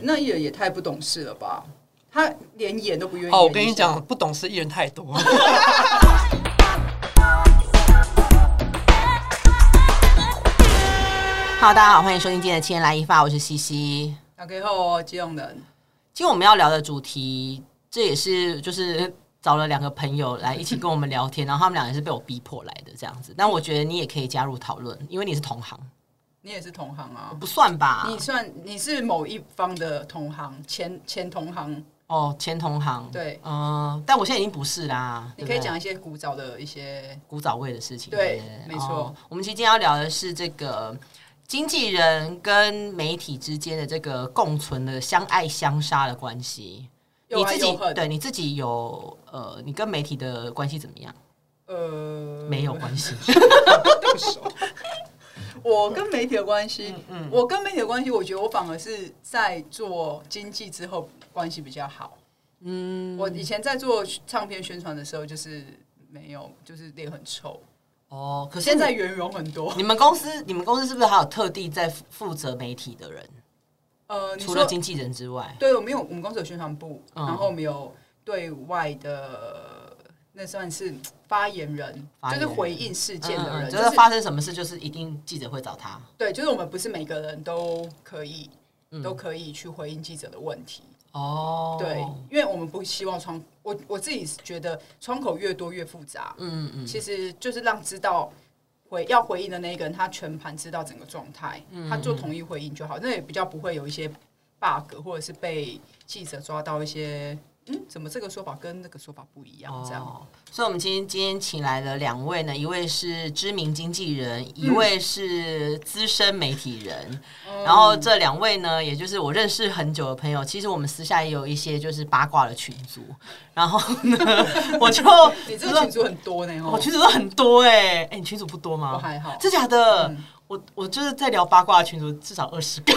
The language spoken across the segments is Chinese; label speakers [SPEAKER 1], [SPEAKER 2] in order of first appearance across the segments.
[SPEAKER 1] 那艺人也太不懂事了吧？他连演都不愿意。
[SPEAKER 2] 哦，我跟你，讲，不懂事艺人太 多。
[SPEAKER 3] Hello，大家好，欢迎收听今天的《七人来一发》，我是西西。
[SPEAKER 1] 打给后哦基隆人，
[SPEAKER 3] 今天我们要聊的主题，这也是就是找了两个朋友来一起跟我们聊天，然后他们俩也是被我逼迫来的这样子。但我觉得你也可以加入讨论，因为你是同行，
[SPEAKER 1] 你也是同行啊？
[SPEAKER 3] 不算吧？
[SPEAKER 1] 你算你是某一方的同行，前前同行，
[SPEAKER 3] 哦，前同行，
[SPEAKER 1] 对
[SPEAKER 3] 嗯、但我现在已经不是啦。
[SPEAKER 1] 你
[SPEAKER 3] 对不
[SPEAKER 1] 可
[SPEAKER 3] 对
[SPEAKER 1] 以讲一些古早的一些
[SPEAKER 3] 古早味的事情。
[SPEAKER 1] 对
[SPEAKER 3] 不
[SPEAKER 1] 没错
[SPEAKER 3] 哦我们今天要聊的是这个经纪人跟媒体之间的这个共存的相爱相杀的关系。
[SPEAKER 1] 又
[SPEAKER 3] 你
[SPEAKER 1] 爱
[SPEAKER 3] 自
[SPEAKER 1] 又
[SPEAKER 3] 己
[SPEAKER 1] 恨。
[SPEAKER 3] 对你自己有呃，你跟媒体的关系怎么样？
[SPEAKER 1] 呃，
[SPEAKER 3] 没 有关系，
[SPEAKER 1] 哦我跟媒体的关系，
[SPEAKER 3] 嗯
[SPEAKER 1] 我跟媒体的关系，我觉得我反而是在做经济之后关系比较好。嗯，我以前在做唱片宣传的时候，就是没有，就是脸很臭。
[SPEAKER 3] 哦。可是
[SPEAKER 1] 现在
[SPEAKER 3] 你
[SPEAKER 1] 圆融很多。
[SPEAKER 3] 你们公司，你们公司是不是还有特地在负负责媒体的人？
[SPEAKER 1] 呃，你
[SPEAKER 3] 除了
[SPEAKER 1] 说
[SPEAKER 3] 经纪人之外，
[SPEAKER 1] 对，我们有我们公司有宣传部，
[SPEAKER 3] 嗯
[SPEAKER 1] 然后我们有对外的，那算是发言人，
[SPEAKER 3] 发言
[SPEAKER 1] 就是
[SPEAKER 3] 人
[SPEAKER 1] 回应事件的人，
[SPEAKER 3] 嗯嗯嗯就
[SPEAKER 1] 就是
[SPEAKER 3] 是发生什么事，就是一定记者会找他。
[SPEAKER 1] 对，就是我们不是每个人都可以，
[SPEAKER 3] 嗯
[SPEAKER 1] 都可以去回应记者的问题。
[SPEAKER 3] 哦，
[SPEAKER 1] 对，因为我们不希望窗，我我自己是觉得窗口越多越复杂，
[SPEAKER 3] 嗯嗯，
[SPEAKER 1] 其实就是让知道回要回应的那一个人，他全盘知道整个状态，
[SPEAKER 3] 嗯
[SPEAKER 1] 他做统一回应就好，那也比较不会有一些 bug 或者是被记者抓到一些，嗯，怎么这个说法跟那个说法不一样这样。
[SPEAKER 3] 哦，所以，我们今天今天请来了两位呢，一位是知名经纪人，一位是资深媒体人。然后这两位呢，也就是我认识很久的朋友，其实我们私下也有一些就是八卦的群组。然后 呢，我就
[SPEAKER 1] 你这个群组很多呢，
[SPEAKER 3] 我
[SPEAKER 1] 哦，
[SPEAKER 3] 群组都很多哎、哎、你群组不多吗？
[SPEAKER 1] 我还好
[SPEAKER 3] 真假的？我我就是在聊八卦的群组，至少二十个，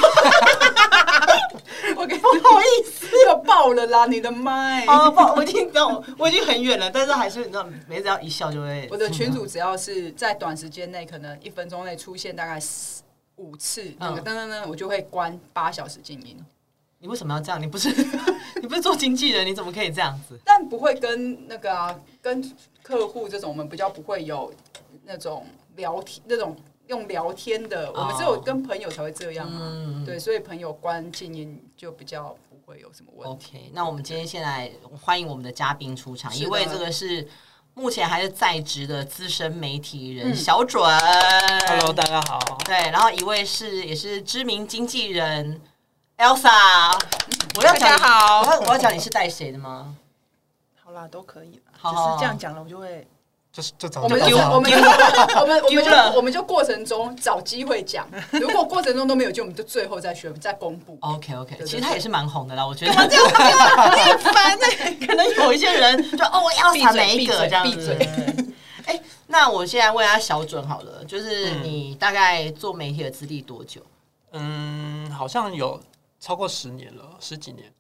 [SPEAKER 1] 我给
[SPEAKER 3] 不好 意思。
[SPEAKER 1] 要爆了啦，你的麦。
[SPEAKER 3] 哦，不，我已经到，我已经很远了，但是还是你知道，每次要一笑就会。
[SPEAKER 1] 我的群主只要是在短时间内，可能一分钟内出现大概四五
[SPEAKER 3] 嗯
[SPEAKER 1] 次，那个噔噔噔，我就会关八小时静音，
[SPEAKER 3] 你为什么要这样？你不是 你不是做经纪人，你怎么可以这样子？
[SPEAKER 1] 但不会跟那个啊，跟客户这种，我们比较不会有那种聊天那种用聊天的，我
[SPEAKER 3] 哦
[SPEAKER 1] 们只有跟朋友才会这样
[SPEAKER 3] 嗯
[SPEAKER 1] 啊。对，所以朋友关静音就比较不会有什么问题。
[SPEAKER 3] OK，那我们今天先来欢迎我们的嘉宾出场，
[SPEAKER 1] 是的
[SPEAKER 3] 一位这个是目前还是在职的资深媒体人、
[SPEAKER 1] 嗯
[SPEAKER 3] 小准
[SPEAKER 2] Hello，大家好。
[SPEAKER 3] 对，然后一位是也是知名经纪人 Elsa，我要讲
[SPEAKER 4] 大家
[SPEAKER 3] 你
[SPEAKER 4] 好
[SPEAKER 3] 我要我要讲你是带谁的吗？
[SPEAKER 4] 好啦，都可以啦，
[SPEAKER 3] 好好好
[SPEAKER 4] 只是这样讲了，我就会
[SPEAKER 2] 就是就找
[SPEAKER 1] 我们就
[SPEAKER 2] 就
[SPEAKER 1] 我们就 我们我们
[SPEAKER 3] 丢
[SPEAKER 1] 就
[SPEAKER 3] 了
[SPEAKER 1] 我们就过程中找机会讲，如果过程中都没有，就我们就最后再宣再公布。
[SPEAKER 3] OK OK，
[SPEAKER 1] 对
[SPEAKER 3] 其
[SPEAKER 1] 对
[SPEAKER 3] 实他也是蛮红的啦，我觉得
[SPEAKER 4] 烦哎、
[SPEAKER 3] 欸可能有一些人就哦，我要
[SPEAKER 4] 闭
[SPEAKER 3] 查
[SPEAKER 4] 嘴
[SPEAKER 3] 每一
[SPEAKER 4] 闭
[SPEAKER 3] 个
[SPEAKER 4] 嘴
[SPEAKER 3] 这样
[SPEAKER 4] 闭
[SPEAKER 3] 子
[SPEAKER 4] 嘴。，
[SPEAKER 3] 哎、那我现在问一下小准好了，就是你大概做媒体的资历多久？
[SPEAKER 2] 嗯，好像有超过十年了，十几年。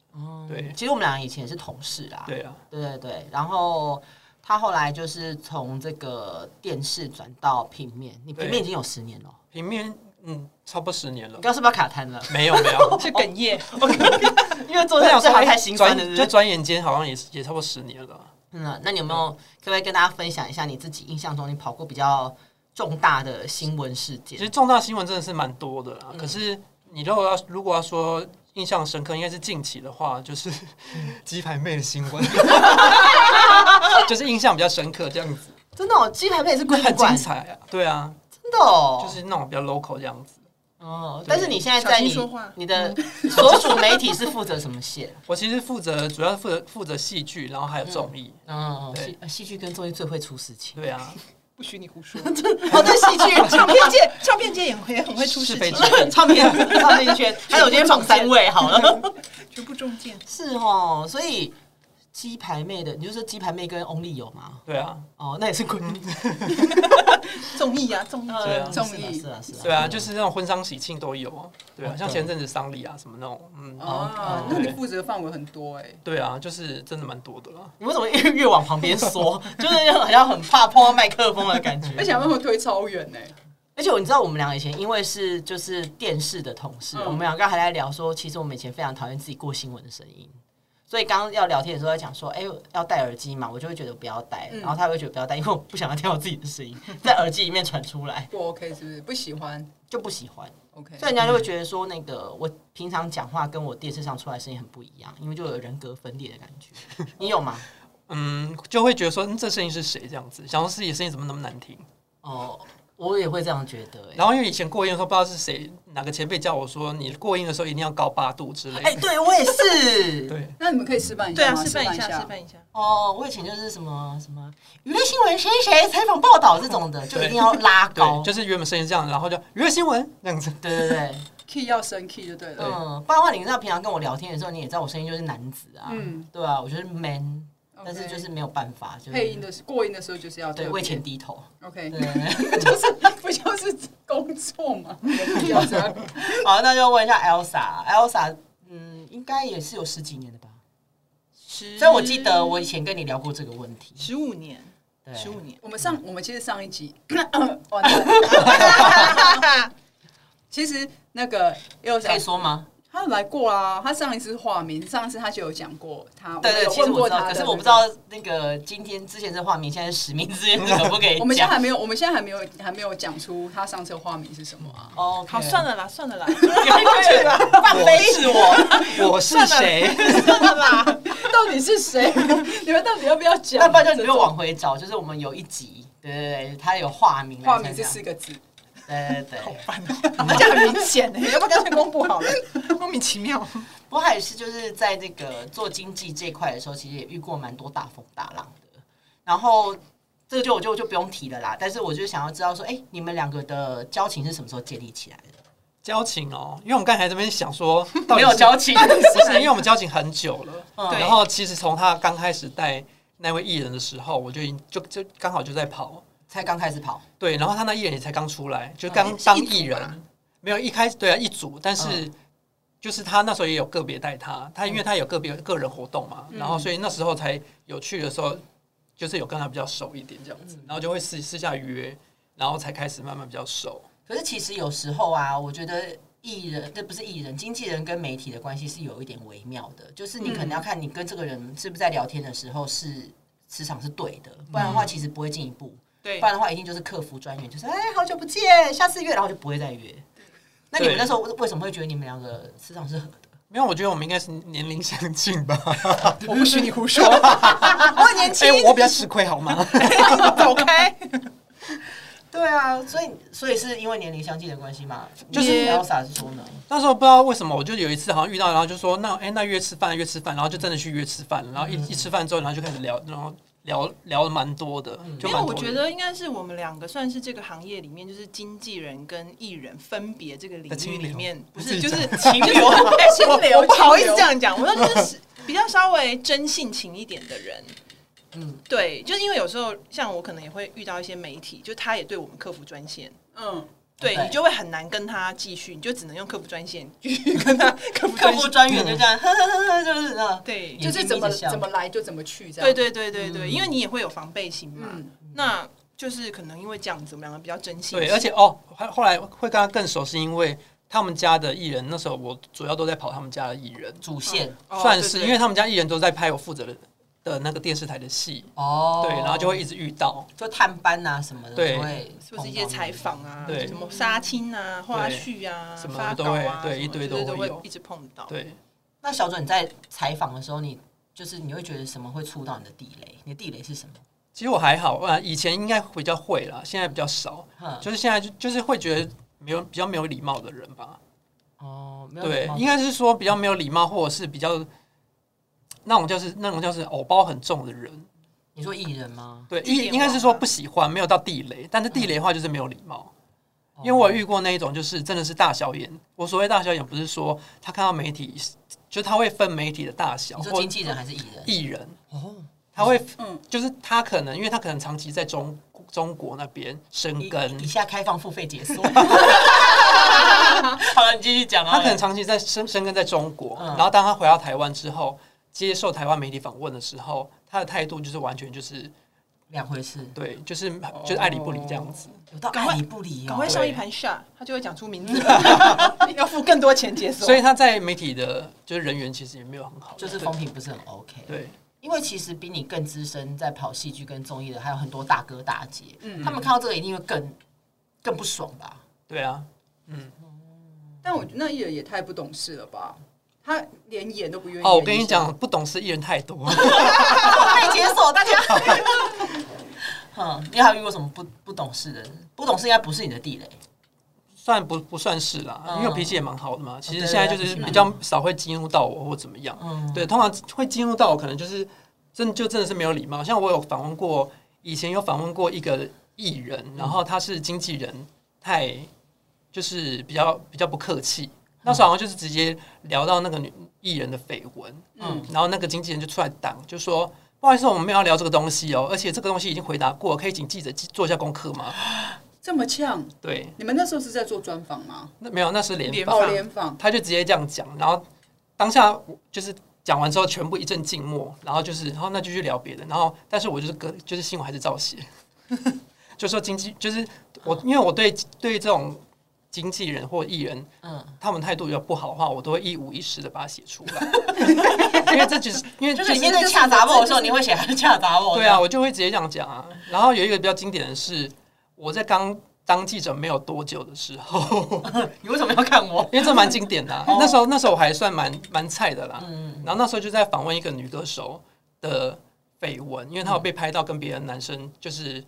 [SPEAKER 2] 对
[SPEAKER 3] 其实我们俩以前也是同事啦。
[SPEAKER 2] 对啊，
[SPEAKER 3] 对对对然后他后来就是从这个电视转到平面，你平面
[SPEAKER 2] 对
[SPEAKER 3] 已经有十年了，
[SPEAKER 2] 平面嗯，差不多十年了
[SPEAKER 3] 你。刚刚是不是要卡痰了？
[SPEAKER 2] 没有没有
[SPEAKER 4] 是哽咽。
[SPEAKER 3] 因为做
[SPEAKER 2] 我
[SPEAKER 3] 这
[SPEAKER 2] 想
[SPEAKER 3] 这
[SPEAKER 2] 说
[SPEAKER 3] 行
[SPEAKER 2] 哎
[SPEAKER 3] 太心酸了，
[SPEAKER 2] 转
[SPEAKER 3] 是不
[SPEAKER 2] 就是转眼间好像也是也差不多十年了。
[SPEAKER 3] 嗯啊，那你有没有可不可以跟大家分享一下你自己印象中你跑过比较重大的新闻事
[SPEAKER 2] 其实
[SPEAKER 3] 件？
[SPEAKER 2] 重大新闻真的是蛮多的
[SPEAKER 3] 嗯
[SPEAKER 2] 啦，可是你如果要如果要说印象深刻，应该是近期的话，就是嗯鸡排妹的新闻， 就是印象比较深刻这样子，
[SPEAKER 3] 真的、哦，鸡排妹也是 归
[SPEAKER 2] 很精
[SPEAKER 3] 管，
[SPEAKER 2] 彩啊！对啊，
[SPEAKER 3] 真的哦，
[SPEAKER 2] 就是那种比较 local 这样子。
[SPEAKER 3] 哦，但是你现在在
[SPEAKER 4] 小心
[SPEAKER 3] 你
[SPEAKER 4] 说话
[SPEAKER 3] 你的 所属媒体是负责什么线？
[SPEAKER 2] 我其实负责主要负责负责戏剧，然后还有综艺。
[SPEAKER 3] 嗯，
[SPEAKER 2] 对
[SPEAKER 3] 戏戏剧跟综艺最会出事情。
[SPEAKER 2] 对啊，
[SPEAKER 4] 不许你 胡说！
[SPEAKER 3] 哦，对，戏 剧、
[SPEAKER 4] 唱片界，唱片界也很也很会出事
[SPEAKER 2] 是非
[SPEAKER 4] 情
[SPEAKER 2] 之，
[SPEAKER 3] 唱片、唱片圈，还有我今天访三位，好了，
[SPEAKER 4] 全部中箭。
[SPEAKER 3] 是哦，所以。鸡排妹的，你就说鸡排妹跟 Only 有吗？
[SPEAKER 2] 对啊，
[SPEAKER 3] 哦，那也是闺蜜，
[SPEAKER 4] 综艺啊，综艺，
[SPEAKER 2] 对啊
[SPEAKER 1] 综艺
[SPEAKER 3] 是啊，是啊，
[SPEAKER 2] 对啊，就是那种婚丧喜庆都有啊。对啊，
[SPEAKER 3] 哦
[SPEAKER 2] 像
[SPEAKER 3] 对
[SPEAKER 2] 前阵子丧礼啊什么那种，嗯，
[SPEAKER 1] 啊
[SPEAKER 3] 哦，
[SPEAKER 1] 那你
[SPEAKER 2] 对
[SPEAKER 1] 负责的范围很多哎、
[SPEAKER 2] 对啊，就是真的蛮多的啦。
[SPEAKER 3] 你为什么越越 往旁边缩？就是好像很怕碰到麦克风的感觉，
[SPEAKER 1] 而且还会推超远呢、 哎
[SPEAKER 3] 而而且我你知道，我们俩以前因为是就是电视的同事，
[SPEAKER 1] 嗯
[SPEAKER 3] 我们两个还在聊说，其实我们以前非常讨厌自己过新闻的声音。所以刚刚要聊天的时候，在讲说，哎、要戴耳机嘛，我就会觉得不要戴，
[SPEAKER 1] 嗯
[SPEAKER 3] 然后他会觉得不要戴，因为我不想要听到自己的声音 在耳机里面传出来，
[SPEAKER 1] 不 OK 是不是？不喜欢
[SPEAKER 3] 就不喜欢。
[SPEAKER 1] OK，
[SPEAKER 3] 所以人家就会觉得说，那个我平常讲话跟我电视上出来的声音很不一样，因为就有人格分裂的感 觉。你有吗？
[SPEAKER 2] 嗯，就会觉得说，嗯，这声音是谁这样子？想说自己的声音怎么那么难听？
[SPEAKER 3] 哦，我也会这样觉得、哎
[SPEAKER 2] 然后因为以前过音的时候，不知道是谁哪个前辈叫我说，你过音的时候一定要高八度之类
[SPEAKER 3] 哎、
[SPEAKER 2] 的。
[SPEAKER 3] 对我也是。
[SPEAKER 2] 对，
[SPEAKER 1] 那你们可以示范一
[SPEAKER 4] 对
[SPEAKER 1] 下
[SPEAKER 4] 啊，
[SPEAKER 1] 吗？
[SPEAKER 4] 示
[SPEAKER 1] 范
[SPEAKER 4] 范一
[SPEAKER 1] 一
[SPEAKER 4] 下，示范一下。
[SPEAKER 3] 哦，我以前就是什么什么娱乐新闻谁谁采访报道这种的，就一定要拉高。
[SPEAKER 2] 对，就是原本声音是这样，然后就娱乐新闻这样子。
[SPEAKER 3] 对对对，
[SPEAKER 1] key 要升 key 就对了。哦
[SPEAKER 3] 嗯，不然的话，你知道平常跟我聊天的时候，你也知道我声音就是男子啊，
[SPEAKER 1] 嗯
[SPEAKER 3] 对啊，我就是 man，
[SPEAKER 1] OK
[SPEAKER 3] 但是就是没有办法，就是
[SPEAKER 1] 配音的时过音的时候就是要
[SPEAKER 3] 对
[SPEAKER 1] 特别
[SPEAKER 3] 为钱低头，
[SPEAKER 1] OK，
[SPEAKER 3] 对 对对。
[SPEAKER 1] 就是 不就是工作嘛，要这样。
[SPEAKER 3] 好，那就问一下 Elsa，Elsa，嗯，应该也是有十几年的吧？
[SPEAKER 1] 嗯
[SPEAKER 4] 十，
[SPEAKER 3] 所以我记得我以前跟你聊过这个问题，
[SPEAKER 4] 十五年，
[SPEAKER 3] 对
[SPEAKER 4] 十五年，
[SPEAKER 1] 我们上我们其实上一集 完蛋，其实那个又
[SPEAKER 3] 可
[SPEAKER 1] 想
[SPEAKER 3] 以说吗？
[SPEAKER 1] 他有来过啊，他上一次化名，上一次他就有讲过他，
[SPEAKER 3] 对对，
[SPEAKER 1] 我
[SPEAKER 3] 其
[SPEAKER 1] 有问
[SPEAKER 3] 实我
[SPEAKER 1] 过
[SPEAKER 3] 知道，
[SPEAKER 1] 他，
[SPEAKER 3] 可是我不知。道那个今天之前是化名，现在是实名 之间可不可以
[SPEAKER 1] 我们现在还
[SPEAKER 3] 讲？
[SPEAKER 1] 没有，我们现在还没有还没有讲出他上次化名是什么啊？
[SPEAKER 3] 哦，
[SPEAKER 4] 好，算
[SPEAKER 3] 了，
[SPEAKER 4] 了啦，算了啦，
[SPEAKER 3] 放飞是我，
[SPEAKER 2] 我是谁？
[SPEAKER 4] 算 了啦。
[SPEAKER 1] 到底是谁？ 你们到底要不要讲？
[SPEAKER 3] 那不然就你就往回找，就是我们有一集，对对对，他有化名来
[SPEAKER 1] 化名
[SPEAKER 3] 参
[SPEAKER 1] 是
[SPEAKER 3] 加
[SPEAKER 1] 四个字，
[SPEAKER 3] 对对对，
[SPEAKER 4] 这样很明显 呢，要不干脆公布好了，莫名 其妙。
[SPEAKER 3] 不过他也是就是在这个做经济这一块的时候，其实也遇过蛮多大风大浪的。然后这个就我就就不用提了啦。但是我就想要知道说，哎、你们两个的交情是什么时候建立起来的？
[SPEAKER 2] 交情哦，因为我们刚才这边想说，到底
[SPEAKER 3] 没
[SPEAKER 2] 是
[SPEAKER 3] 有 交情，
[SPEAKER 2] 不是，因为我们交情很久了。
[SPEAKER 3] 嗯
[SPEAKER 4] 对
[SPEAKER 2] 然后其实从他刚开始带那位艺人的时候，我就已经就就刚好就在跑，
[SPEAKER 3] 才刚开始跑。
[SPEAKER 2] 对，然后他那艺人也才刚出来，就
[SPEAKER 3] 嗯
[SPEAKER 2] 刚
[SPEAKER 3] 也是
[SPEAKER 2] 当
[SPEAKER 3] 一组嗯
[SPEAKER 2] 艺
[SPEAKER 3] 吧
[SPEAKER 2] 人，没有一开始对啊一组，但是就是他那时候也有个别带他，他
[SPEAKER 3] 嗯
[SPEAKER 2] 因为他有个别个人活动嘛，然后所以那时候才有去的时候，就是有跟他比较熟一点这样子，然后就会私私下约，然后才开始慢慢比较熟。
[SPEAKER 3] 可是其实有时候啊，我觉得艺人，这不是艺人，经纪人跟媒体的关系是有一点微妙的，就是你可能要看你跟这个人是不是在聊天的时候是磁场是对的，不然的话其实不会进一步。
[SPEAKER 4] 对
[SPEAKER 3] 不，然的话一定就是客服专员，就是哎、好久不见，下次约，然后就不会再约。那你们
[SPEAKER 2] 对
[SPEAKER 3] 那时候为什么会觉得你们两个磁场是合的？
[SPEAKER 2] 没有，我觉得我们应该是年龄相近吧。
[SPEAKER 4] 我不许你胡 说，
[SPEAKER 3] 我很年
[SPEAKER 2] 哎、我比较吃亏好吗？
[SPEAKER 4] 走开。
[SPEAKER 3] 对啊，所以所以是因为年龄相近的关系嘛？
[SPEAKER 2] 就是
[SPEAKER 3] Elsa 是说呢，
[SPEAKER 2] 那时候不知道为什么，我就有一次好像遇到，然后就说那哎、那约吃饭约吃饭，然后就真的去约吃饭，然后一、
[SPEAKER 4] 嗯
[SPEAKER 2] 一吃饭之后，然后就开始聊，然后聊聊了蛮多的，就
[SPEAKER 4] 没有，
[SPEAKER 2] 蛮多
[SPEAKER 4] 我
[SPEAKER 2] 的
[SPEAKER 4] 觉得应该是我们两个算是这个行业里面，就是经纪人跟艺人分别这个领
[SPEAKER 2] 的清
[SPEAKER 4] 域
[SPEAKER 2] 流
[SPEAKER 4] 里面，不
[SPEAKER 2] 自
[SPEAKER 4] 是
[SPEAKER 2] 己
[SPEAKER 4] 就是
[SPEAKER 2] 讲
[SPEAKER 4] 清 流，清
[SPEAKER 1] 流
[SPEAKER 4] 我不好意思
[SPEAKER 1] 清流
[SPEAKER 4] 这样讲，我说就是比较稍微真性情一点的人。
[SPEAKER 3] 嗯
[SPEAKER 4] 嗯，对，就是因为有时候像我可能也会遇到一些媒体，就他也对我们客服专线，
[SPEAKER 1] 嗯，
[SPEAKER 4] 对
[SPEAKER 3] 对
[SPEAKER 4] 你就会很难跟他继续，你就只能用客服专线继续跟他客服
[SPEAKER 3] 客
[SPEAKER 4] 专
[SPEAKER 3] 服
[SPEAKER 4] 线。
[SPEAKER 3] 专员就这样， 呵呵呵呵，就是那种
[SPEAKER 4] 对，
[SPEAKER 3] 眼睛
[SPEAKER 1] 就是怎么
[SPEAKER 3] 眯着笑
[SPEAKER 1] 怎么来就怎么去这样。
[SPEAKER 4] 对对对对
[SPEAKER 2] 嗯
[SPEAKER 4] 对，因为你也会有防备心嘛。
[SPEAKER 1] 嗯
[SPEAKER 4] 那就是可能因为这样子，我们两个比较真性情。
[SPEAKER 2] 对，而且哦，后后来会跟他更熟，是因为他们家的艺人，那时候我主要都在跑他们家的艺人，
[SPEAKER 3] 主线
[SPEAKER 4] 哦
[SPEAKER 2] 算
[SPEAKER 4] 对
[SPEAKER 2] 是
[SPEAKER 4] 对
[SPEAKER 2] 因为他们家艺人都在拍我负责的的那个电视台的戏，
[SPEAKER 3] 哦，
[SPEAKER 2] 对，然后就会一直遇到，
[SPEAKER 3] 就探班啊什么的，
[SPEAKER 2] 对
[SPEAKER 3] 就会
[SPEAKER 4] 是不是一些采访啊，
[SPEAKER 2] 对
[SPEAKER 4] 什么杀青啊、花絮啊、
[SPEAKER 2] 什么
[SPEAKER 4] 发
[SPEAKER 2] 都
[SPEAKER 4] 稿
[SPEAKER 2] 会
[SPEAKER 4] 啊，
[SPEAKER 2] 对
[SPEAKER 4] 什么
[SPEAKER 2] 一堆
[SPEAKER 4] 就
[SPEAKER 2] 都
[SPEAKER 4] 是
[SPEAKER 2] 会
[SPEAKER 4] 都会
[SPEAKER 2] 有
[SPEAKER 4] 一直碰到。
[SPEAKER 2] 对，
[SPEAKER 3] 那小准你在采访的时候，你就是你会觉得什么会触到你的地雷？你的地雷是什么？
[SPEAKER 2] 其实我还好，啊，以前应该比较会啦，现在比较少，
[SPEAKER 3] 哼，
[SPEAKER 2] 就是现在就就是会觉得没有比较没有礼貌的人吧，
[SPEAKER 3] 哦，没有
[SPEAKER 2] 对
[SPEAKER 3] 礼，貌
[SPEAKER 2] 应该是说比较没有礼貌，或者是比较那种就是那种就是偶包很重的人。
[SPEAKER 3] 你说艺人吗？
[SPEAKER 2] 对，
[SPEAKER 4] 地
[SPEAKER 2] 应
[SPEAKER 4] 雷
[SPEAKER 2] 应该
[SPEAKER 4] 王
[SPEAKER 2] 是说
[SPEAKER 4] 吗
[SPEAKER 2] 不喜欢，没有到地雷，但是地雷的话就是没有礼貌。
[SPEAKER 3] 哦
[SPEAKER 2] 因为我有遇过那一种，就是真的是大小眼。我所谓大小眼，不是说他看到媒体，就是他会分媒体的大小，
[SPEAKER 3] 你
[SPEAKER 2] 或
[SPEAKER 3] 说经纪人还是艺人？
[SPEAKER 2] 艺人，
[SPEAKER 3] 哦，
[SPEAKER 2] 他会
[SPEAKER 1] 嗯
[SPEAKER 2] 就是他可能，因为他可能长期在中中国那边生根
[SPEAKER 3] 以，下开放付费解 锁。好了，你继续讲啊。
[SPEAKER 2] 他可能长期在生生根在中国，
[SPEAKER 3] 嗯
[SPEAKER 2] 然后当他回到台湾之后，接受台湾媒体访问的时候，他的态度就是完全就是
[SPEAKER 3] 两回事，
[SPEAKER 2] 对，就是就是爱理不理这样子。
[SPEAKER 3] 有到爱理不理
[SPEAKER 4] 赶
[SPEAKER 3] 哦
[SPEAKER 4] 快。上
[SPEAKER 2] 对
[SPEAKER 4] 一盘下，他就会讲出名字， 要付更多钱解锁。
[SPEAKER 2] 所以他在媒体的，就是人员其实也没有很好，
[SPEAKER 3] 就是
[SPEAKER 2] 对
[SPEAKER 3] 风评不是很 OK，
[SPEAKER 2] 对
[SPEAKER 3] 因为其实比你更资深在跑戏剧跟综艺的还有很多大哥大姐，他们看到这个一定会更更不爽吧？
[SPEAKER 2] 对啊，
[SPEAKER 1] 但我觉得那艺人也太不懂事了吧，他连演都不愿意。
[SPEAKER 2] 哦，我跟你，讲，不懂事艺人太多，
[SPEAKER 3] 被解锁大家。嗯，你还有遇过什么不不懂事的人？不懂事应该不是你的地雷，
[SPEAKER 2] 算不不算是啦，
[SPEAKER 3] 嗯
[SPEAKER 2] 因为我脾气也蛮好的嘛。其
[SPEAKER 3] 对
[SPEAKER 2] 实
[SPEAKER 3] 对
[SPEAKER 2] 现
[SPEAKER 3] 嗯
[SPEAKER 2] 在
[SPEAKER 3] 哦对啊
[SPEAKER 2] 就是
[SPEAKER 3] 脾气
[SPEAKER 2] 比
[SPEAKER 3] 蛮
[SPEAKER 2] 较少会激怒到我或怎么样，
[SPEAKER 3] 嗯
[SPEAKER 2] 对，通常会激怒到我，可能就是真的就真的是没有礼貌。像我有访问过，以前有访问过一个艺人，然后他是经纪人，太就是比较比较不客气。那时候好像就是直接聊到那个女艺人的绯闻，
[SPEAKER 1] 嗯，
[SPEAKER 2] 然后那个经纪人就出来挡，就说：“不好意思，我们没有要聊这个东西哦，而且这个东西已经回答过，可以请记者记做一下功课吗
[SPEAKER 1] 这么呛，？”
[SPEAKER 2] 对，
[SPEAKER 1] 你们那时候是在做专访吗？
[SPEAKER 2] 那没有，那是联
[SPEAKER 4] 联
[SPEAKER 2] 访
[SPEAKER 1] 哦，联访，
[SPEAKER 2] 他就直接这样讲，然后当下我就是讲完之后，全部一阵静默，然后就是，然后那就去聊别的，然后但是我就是隔，就是新闻还是照写， 就说经纪，就是我，因为我对对这种经纪人或艺人，
[SPEAKER 3] 嗯
[SPEAKER 2] 嗯，他们态度比较不好的话，我都会一五一十的把它写出来， 因为这只是因为
[SPEAKER 3] 就
[SPEAKER 2] 这
[SPEAKER 3] 是里面在恰杂我的时候，你会写他是恰杂我。
[SPEAKER 2] 对啊，，我就会直接这样讲啊。然后有一个比较经典的是，我在刚当记者没有多久的时候。
[SPEAKER 3] 你为什么要看我？
[SPEAKER 2] 因为这蛮经典的啊、那时候那时候我还算蛮蛮菜的啦。然后那时候就在访问一个女歌手的绯闻，因为她有被拍到跟别的男生就是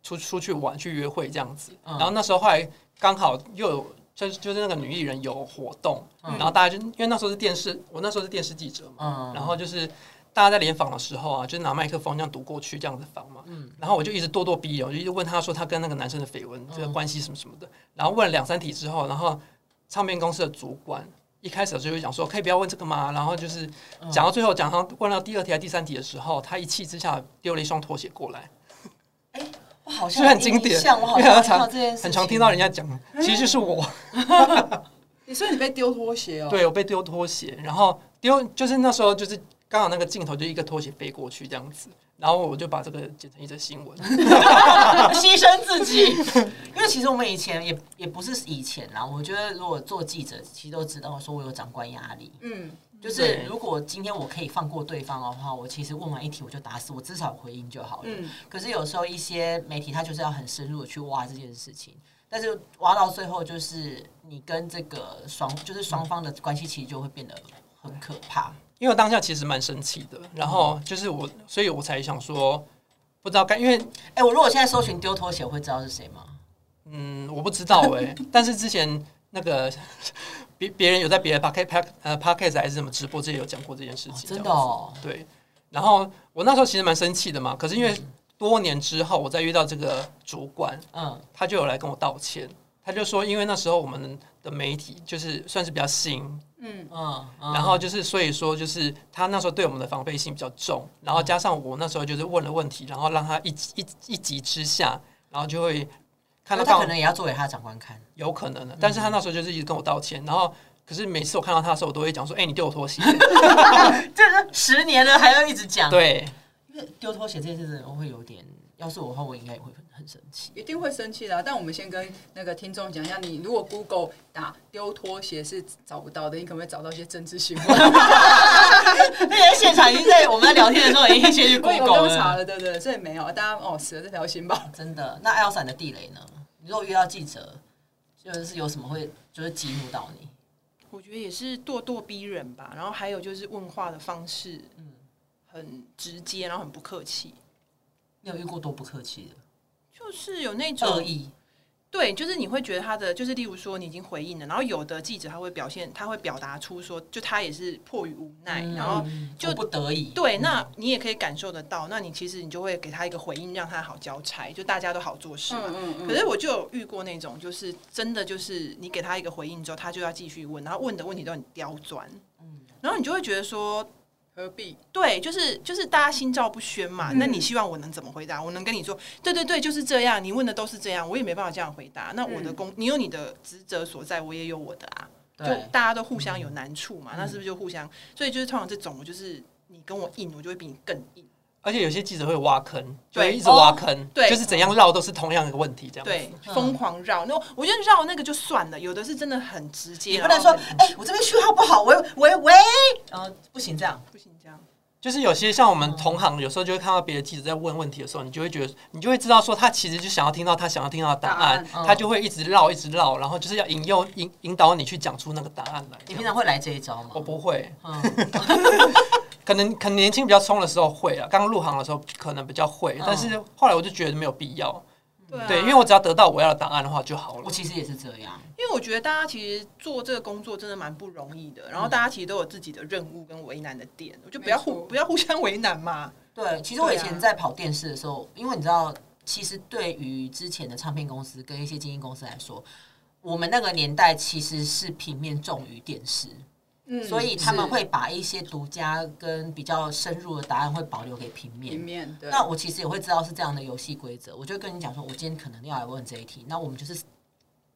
[SPEAKER 2] 出出去玩去约会这样子。然后那时候后来刚好又有就是就是那个女艺人有活动，然后大家就因为那时候是电视，我那时候是电视记者嘛，
[SPEAKER 3] 嗯
[SPEAKER 2] 然后就是。大家在联访的时候啊，就是拿麦克风这样读过去，这样子访嘛。然后我就一直咄咄逼人，我就一直问他说他跟那个男生的绯闻这个关系什么什么的。然后问了两三题之后，然后唱片公司的主管一开始的时候就讲说，可以不要问这个吗？然后就是
[SPEAKER 3] 嗯
[SPEAKER 2] 讲到最后，讲到问到第二题还是第三题的时候，他一气之下丢了一双拖鞋过来，
[SPEAKER 3] 我好
[SPEAKER 2] 是不是很经典？
[SPEAKER 3] 像我好
[SPEAKER 2] 因为
[SPEAKER 3] 像
[SPEAKER 2] 他
[SPEAKER 3] 听到
[SPEAKER 2] 常
[SPEAKER 3] 这件事，嗯
[SPEAKER 2] 很常听到人。家讲，其实就是我，
[SPEAKER 1] 你说你被丢拖鞋哦？
[SPEAKER 2] 对我被丢拖鞋，然后丢就是那时候就是刚好那个镜头就一个拖鞋飞过去这样子，然后我就把这个剪成一则新闻。
[SPEAKER 3] 牺牲自己。因为其实我们以前也也不是以前啦，我觉得如果做记者，其实都知道说我有长官压力。
[SPEAKER 1] 嗯，
[SPEAKER 3] 就是
[SPEAKER 2] 对
[SPEAKER 3] 如果今天我可以放过对方的话，我其实问完一题我就打死，我至少回应就好了。
[SPEAKER 1] 嗯
[SPEAKER 3] 可是有时候一些媒体他就是要很深入的去挖这件事情，但是挖到最后就是你跟这个双就是双方的关系其实就会变得很可怕。
[SPEAKER 2] 因为我当下其实蛮生气的，然后就是我，所以我才想说，不知道该，因为
[SPEAKER 3] 哎、我如果现在搜寻丢拖鞋，我会知道是谁吗？
[SPEAKER 2] 嗯，我不知道哎、但是之前那个别别人有在别的 p o c a s t 呃 p o c a s t 还是什么直播之前有讲过这件事情、
[SPEAKER 3] 真的哦，
[SPEAKER 2] 这样子。对，然后我那时候其实蛮生气的嘛，可是因为多年之后我再遇到这个主管，
[SPEAKER 3] 嗯
[SPEAKER 2] 他就有来跟我道歉，他就说因为那时候我们的媒体就是算是比较新，
[SPEAKER 3] 嗯，嗯
[SPEAKER 2] 然后就是，所以说就是他那时候对我们的防备性比较重，然后加上我那时候就是问了问题，然后让他一急一一急之下，然后就会看
[SPEAKER 3] 因为
[SPEAKER 2] 到他
[SPEAKER 3] 他可能也要做给他的长官看。
[SPEAKER 2] 有可能的，但是他那时候就是一直跟我道歉，然后可是每次我看到他的时候，我都会讲说，哎、你丢我拖鞋，
[SPEAKER 3] 这十年了还要一直 讲，
[SPEAKER 2] 对，
[SPEAKER 3] 因为丢拖鞋这件事情我会有点，要是我的话，我应该也会很很生气。
[SPEAKER 1] 一定会生气的啊、但我们先跟那个听众讲一下，你如果 Google 打丢拖鞋是找不到的，你可能会找到一些政治 新闻。
[SPEAKER 3] 那在现场已经在我们在聊天的时候已经先去
[SPEAKER 1] 我
[SPEAKER 3] Google
[SPEAKER 1] 我刚查
[SPEAKER 3] 了，
[SPEAKER 1] 了，对对对，这里没有，大家哦死了这条心吧。
[SPEAKER 3] 真的。那艾尔伞的地雷呢？你如果遇到记者，就是有什么会就是激怒到你？
[SPEAKER 4] 我觉得也是咄咄逼人吧，然后还有就是问话的方式，嗯，很直接，然后很不客气，
[SPEAKER 3] 你有遇过多不客气
[SPEAKER 4] 就是有那
[SPEAKER 3] 的恶
[SPEAKER 4] 种
[SPEAKER 3] 意？
[SPEAKER 4] 呃对，就是你会觉得他的就是，例如说你已经回应了，然后有的记者他会表现，他会表达出说，就他也是迫于无奈，哎然后就
[SPEAKER 3] 嗯就不得已，
[SPEAKER 4] 对，那你也可以感受得到，那你其实你就会给他一个回应，让他好交差，就大家都好做事嘛。
[SPEAKER 1] 嗯嗯
[SPEAKER 4] 可是我就有遇过那种，就是真的就是你给他一个回应之后，他就要继续问，然后问的问题都很刁钻，然后你就会觉得说，
[SPEAKER 1] 何必？
[SPEAKER 4] 对，就是就是大家心照不宣嘛。那
[SPEAKER 3] 嗯
[SPEAKER 4] 你希望我能怎么回答？我能跟你说，对对对，就是这样。你问的都是这样，我也没办法这样回答。那
[SPEAKER 3] 嗯
[SPEAKER 4] 我的工，你有你的职责所在，我也有我的啊。就
[SPEAKER 3] 对嗯
[SPEAKER 4] 大家都互相
[SPEAKER 3] 嗯
[SPEAKER 4] 有难处嘛，那是不是就互相？所以就是通常这种，我就是你跟我硬，我就会比你更硬。
[SPEAKER 2] 而且有些记者会挖坑，就
[SPEAKER 4] 对
[SPEAKER 2] 会一直挖坑，
[SPEAKER 4] 对
[SPEAKER 2] 就是怎样绕都是同样的问题，这样子
[SPEAKER 4] 对，
[SPEAKER 3] 嗯
[SPEAKER 4] 疯狂绕。那我觉得绕那个就算了，有的是真的很直接，
[SPEAKER 3] 你不能说
[SPEAKER 4] 然后很，
[SPEAKER 3] 哎、我这边讯号不好，喂喂喂，然后不行这样，
[SPEAKER 4] 不行这样。
[SPEAKER 2] 就是有些像我们同行，有时候就会看到别的记者在问问题的时候，你就会觉得，你就会知道说他其实就想要听到他想要听到的答案，
[SPEAKER 3] 答案嗯
[SPEAKER 2] 他就会一直绕一直绕，然后就是要引诱引引导你去讲出那个答案来。
[SPEAKER 3] 你平常会来这一招吗？
[SPEAKER 2] 我不会，
[SPEAKER 3] 嗯，
[SPEAKER 2] 可能可能年轻比较冲的时候会啊，刚入行的时候可能比较会，但是后来我就觉得没有必要，
[SPEAKER 3] 嗯
[SPEAKER 4] 对啊
[SPEAKER 2] 对，因为我只要得到我要的答案的话就好了
[SPEAKER 3] 我。其实也是这样，
[SPEAKER 4] 因为我觉得大家其实做这个工作真的蛮不容易的，然后大家其实都有自己的任务跟为难的点，我就不要
[SPEAKER 1] 嗯没
[SPEAKER 4] 互
[SPEAKER 1] 错
[SPEAKER 4] 不要互相为难嘛。
[SPEAKER 3] 对，其实我以
[SPEAKER 4] 对
[SPEAKER 3] 前
[SPEAKER 4] 啊
[SPEAKER 3] 在跑电视的时候，因为你知道，其实对于之前的唱片公司跟一些经纪公司来说，我们那个年代其实是平面重于电视，
[SPEAKER 1] 嗯
[SPEAKER 3] 所以他们
[SPEAKER 1] 是
[SPEAKER 3] 会把一些独家跟比较深入的答案会保留给平
[SPEAKER 1] 里
[SPEAKER 3] 面。
[SPEAKER 1] 面对。
[SPEAKER 3] 那我其实也会知道是这样的游戏规则，我就跟你讲说，我今天可能要来问这一题，那我们就是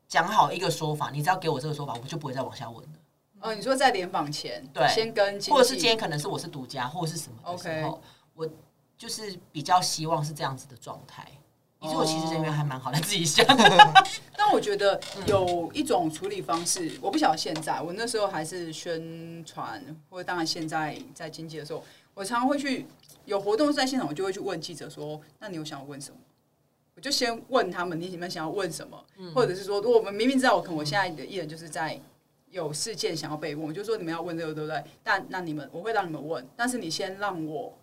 [SPEAKER 3] 讲好一个说法，你只要给我这个说法，我就不会再往下问了。
[SPEAKER 1] 哦，你说在联访前，
[SPEAKER 3] 对
[SPEAKER 1] 先跟经纪
[SPEAKER 3] 或者是今天可能是我是独家，或者是什么的时候我就是比较希望是这样子的状态。你说我其实人缘还蛮好的，自己想。
[SPEAKER 1] 但我觉得有一种处理方式，我不晓得现在，我那时候还是宣传，或者当然现在在经济的时候，我常常会去有活动在现场，我就会去问记者说：“那你有想要问什么？”我就先问他们，你们想要问什么，或者是说，如果我们明明知道我可能我现在的艺人就是在有事件想要被问，我就说你们要问这个对不对？但那你们我会让你们问，但是你先让我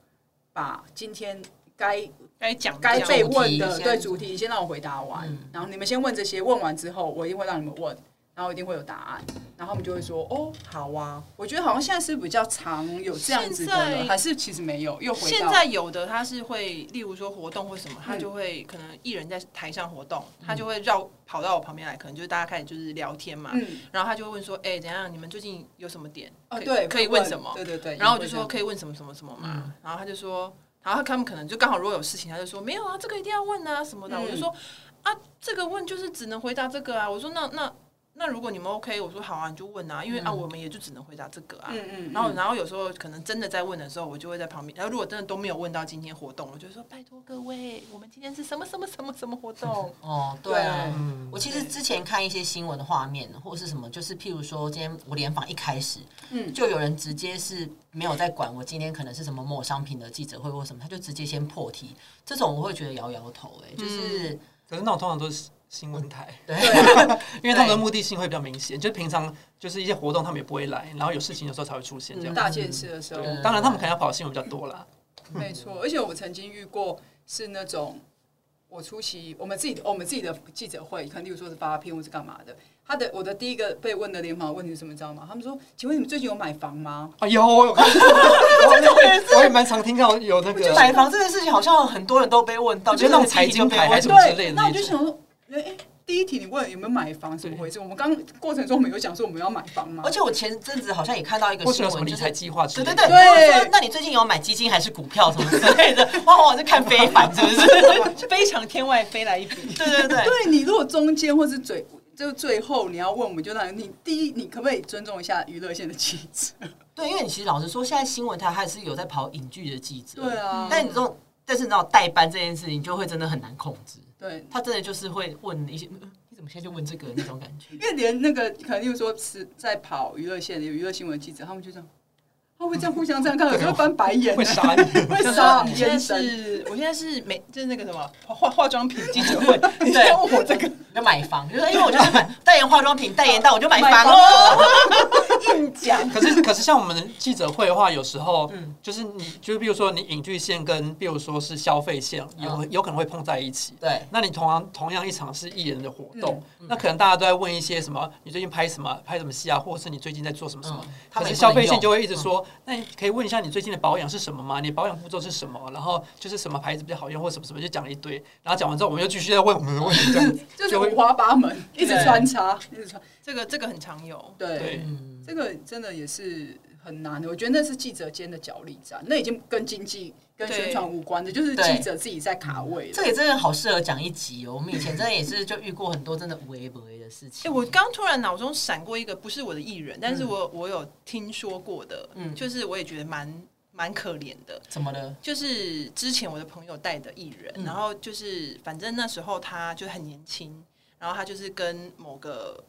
[SPEAKER 1] 把今天该
[SPEAKER 4] 该讲的
[SPEAKER 1] 该
[SPEAKER 4] 讲
[SPEAKER 1] 被问的
[SPEAKER 3] 主题
[SPEAKER 1] 对主题，先让我回答完，
[SPEAKER 4] 嗯
[SPEAKER 1] 然后你们先问这些，问完之后，我一定会让你们问，然后一定会有答案，然后我们就会说哦，好啊。我觉得好像现在是比较常有这样子的
[SPEAKER 4] 现在
[SPEAKER 1] 了，还是其实没有，又回
[SPEAKER 4] 现
[SPEAKER 1] 到嗯
[SPEAKER 4] 在有的他是会，例如说活动或什么，他就会可能艺人在台上活动，他就会绕跑到我旁边来，可能就是大家开始就是聊天嘛，
[SPEAKER 1] 嗯
[SPEAKER 4] 然后他就会问说，哎、怎样？你们最近有什么点？
[SPEAKER 1] 哦
[SPEAKER 4] 可以
[SPEAKER 1] 对
[SPEAKER 4] 可以问什么？
[SPEAKER 1] 对对对，
[SPEAKER 4] 然后我
[SPEAKER 1] 也
[SPEAKER 4] 就
[SPEAKER 1] 会这样
[SPEAKER 4] 说可以问什么什么什么嘛，
[SPEAKER 3] 嗯
[SPEAKER 4] 然后他就说，然后他们可能就刚好如果有事情，他就说没有啊，这个一定要问啊什么的，
[SPEAKER 1] 嗯
[SPEAKER 4] 我就说啊，这个问就是只能回答这个啊，我说那那那如果你们 OK，我说好啊，你就问啊，因
[SPEAKER 3] 嗯
[SPEAKER 4] 为、啊我们也就只能回答这个啊，
[SPEAKER 1] 嗯嗯，
[SPEAKER 4] 然后，
[SPEAKER 1] 嗯
[SPEAKER 4] 然后有时候可能真的在问的时候，我就会在旁边。然后如果真的都没有问到今天活动，我就说拜托各位，我们今天是什么什么什么什么 活动？
[SPEAKER 3] 哦，对啊
[SPEAKER 1] 对。
[SPEAKER 2] 嗯，
[SPEAKER 3] 我其实之前看一些新闻的画面，或是什么，就是譬如说，今天我联访一开始，
[SPEAKER 1] 嗯
[SPEAKER 3] 就有人直接是没有在管我今天可能是什么某商品的记者会或什么，他就直接先破题，这种我会觉得摇摇头、哎，就是、
[SPEAKER 2] 可是那种通常都是新闻台，
[SPEAKER 3] 对，
[SPEAKER 2] 因为他们的目的性会比较明显，就是平常就是一些活动他们也不会来，然后有事情的时候才会出现这样。
[SPEAKER 1] 大件事的时候，
[SPEAKER 2] 嗯对当然他们可能要跑的新闻比较多啦。
[SPEAKER 1] 没错，而且我曾经遇过是那种我出席我们自己的我们自己的记者会，可能例如说是发片或是干嘛的，他的我的第一个被问的联访问题是什么，你知道吗？他们说：“请问你们最近有买房吗
[SPEAKER 2] 啊，有 我有看过，我也我也蛮常听到有那
[SPEAKER 3] 就
[SPEAKER 2] 个，
[SPEAKER 3] 买房这件事情，好像很多人都被问到，
[SPEAKER 2] 我觉得那种
[SPEAKER 3] 就是
[SPEAKER 2] 财
[SPEAKER 3] 第一题就
[SPEAKER 2] 经
[SPEAKER 3] 被
[SPEAKER 2] 台
[SPEAKER 3] 问
[SPEAKER 2] 还？”是什么之类
[SPEAKER 1] 对，
[SPEAKER 2] 的
[SPEAKER 1] 那我
[SPEAKER 2] 那
[SPEAKER 1] 就
[SPEAKER 2] 种
[SPEAKER 1] 想说，哎、第一题你问有没有买房，怎么回事？我们刚过程中我们有讲说我们要买房吗
[SPEAKER 3] 而？且我前阵子好像也看到一个
[SPEAKER 2] 或是
[SPEAKER 3] 新
[SPEAKER 2] 有什么
[SPEAKER 3] 闻，
[SPEAKER 2] 理
[SPEAKER 3] 就是
[SPEAKER 2] 财计划之
[SPEAKER 3] 对
[SPEAKER 2] 类的。
[SPEAKER 3] 对对，
[SPEAKER 1] 对
[SPEAKER 3] 我说那你最近有买基金还是股票什么之类的？ 哇，我在看非凡是不 是？
[SPEAKER 4] 非常天外飞来一笔。
[SPEAKER 3] 对对对，
[SPEAKER 1] 对你如果中间或是最就最后你要问，我们就让你第一，你可不可以尊重一下娱乐线的记者？
[SPEAKER 3] 对，因为你其实老实说，现在新闻台还是有在跑影剧的记者，
[SPEAKER 1] 对啊
[SPEAKER 3] 但你这种，但是你知道代班这件事情，就会真的很难控制。
[SPEAKER 1] 对，
[SPEAKER 3] 他真的就是会问一些，嗯你怎么现在就问这个那种感觉。
[SPEAKER 1] 因为连那个可能，例如说是在跑娱乐线的有娱乐新闻记者，他们就这样，他会这样互相这样看，有时候翻白眼，啊
[SPEAKER 2] 会杀你，
[SPEAKER 1] 会
[SPEAKER 4] 就是
[SPEAKER 1] 杀
[SPEAKER 4] 你现在
[SPEAKER 1] 眼神。
[SPEAKER 4] 是，哦我现在是美，就是那个什么化化妆品记 者会，你在问我这个，
[SPEAKER 3] 你就买房，就是因为我就是买代言化妆品，代言到我就买
[SPEAKER 1] 买
[SPEAKER 3] 房
[SPEAKER 1] 房
[SPEAKER 3] 哦。
[SPEAKER 4] 硬讲。
[SPEAKER 2] 可是可是像我们的记者会的话，有时候就是你就是比如说你影剧线跟比如说是消费线有有可能会碰在一起。
[SPEAKER 3] 对，
[SPEAKER 2] 那你同样同样一场是艺人的活动，
[SPEAKER 1] 嗯
[SPEAKER 3] 嗯
[SPEAKER 2] 那可能大家都在问一些什么，你最近拍什么拍什么戏啊，或者是你最近在做什么什么
[SPEAKER 3] 嗯。他
[SPEAKER 2] 可
[SPEAKER 3] 们
[SPEAKER 2] 是
[SPEAKER 3] 也
[SPEAKER 2] 消
[SPEAKER 3] 不能
[SPEAKER 2] 费线
[SPEAKER 3] 用嗯
[SPEAKER 2] 就会一直说，那你可以问一下你最近的保养是什么吗？你保养步骤是什么？然后就是什么牌子比较好用，或什么什么，就讲了一堆。然后讲完之后，我们又继续在问我们的问题，这样子
[SPEAKER 1] 就是
[SPEAKER 2] 就会
[SPEAKER 1] 五花八门，一直穿插，一直穿。
[SPEAKER 4] 这个这个很常有，
[SPEAKER 1] 对，
[SPEAKER 2] 对。
[SPEAKER 3] 嗯
[SPEAKER 1] 这个真的也是很难的。我觉得那是记者间的角力战，那已经跟经济、跟
[SPEAKER 4] 对
[SPEAKER 1] 宣传无关的，就是
[SPEAKER 3] 对
[SPEAKER 1] 记者自己在卡位
[SPEAKER 3] 这
[SPEAKER 1] 了。
[SPEAKER 3] 也真的好适合讲一集哦。我们以前真的也是就遇过很多真的无微不微的事
[SPEAKER 4] 哎、
[SPEAKER 3] 情。
[SPEAKER 4] 我刚突然脑中嗯闪过一个不是我的艺人，但是我我有听说过的，
[SPEAKER 3] 嗯
[SPEAKER 4] 就是我也觉得蛮蛮可怜的。
[SPEAKER 3] 怎么了？
[SPEAKER 4] 就是之前我的朋友带的艺人，然后就是反正那时候他就很年轻，然后他就是跟某个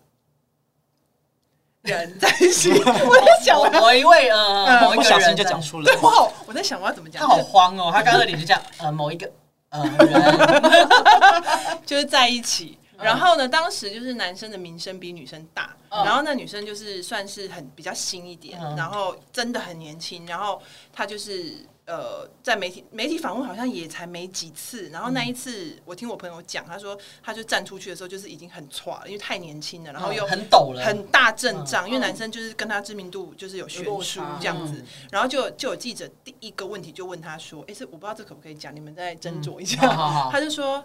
[SPEAKER 4] 人在一起。 我在想，
[SPEAKER 3] 某某一位
[SPEAKER 1] 嗯
[SPEAKER 3] 呃，某一
[SPEAKER 2] 哦不
[SPEAKER 3] 个
[SPEAKER 2] 小
[SPEAKER 1] 啊
[SPEAKER 2] 心
[SPEAKER 3] 人
[SPEAKER 2] 就
[SPEAKER 3] 的
[SPEAKER 2] 讲 出来
[SPEAKER 4] 对，。我好，我在想我要怎么讲
[SPEAKER 3] 他，好慌哦，他刚刚的脸就这样，呃，某一个呃人，
[SPEAKER 4] 就是在一起。然后呢，当时就是男生的名声比女生大，
[SPEAKER 3] 嗯
[SPEAKER 4] 然后那女生就是算是很比较新一点，
[SPEAKER 3] 嗯
[SPEAKER 4] 然后真的很年轻，然后她就是呃，在媒体媒体访问好像也才没几次，然后那一次我听我朋友讲，他说他就站出去的时候就是已经很歘了，因为太年轻了，然后又
[SPEAKER 3] 嗯很抖了，
[SPEAKER 4] 很大阵仗，
[SPEAKER 1] 嗯
[SPEAKER 4] 因为男生就是跟他知名度就是有悬
[SPEAKER 1] 有落
[SPEAKER 4] 殊
[SPEAKER 1] 差
[SPEAKER 4] 这样子
[SPEAKER 3] 嗯，
[SPEAKER 4] 然后就就有记者第一个问题就问他说：“哎，这我不知道这可不可以讲，你们再斟酌一下。
[SPEAKER 3] 嗯好好好
[SPEAKER 4] 他就说，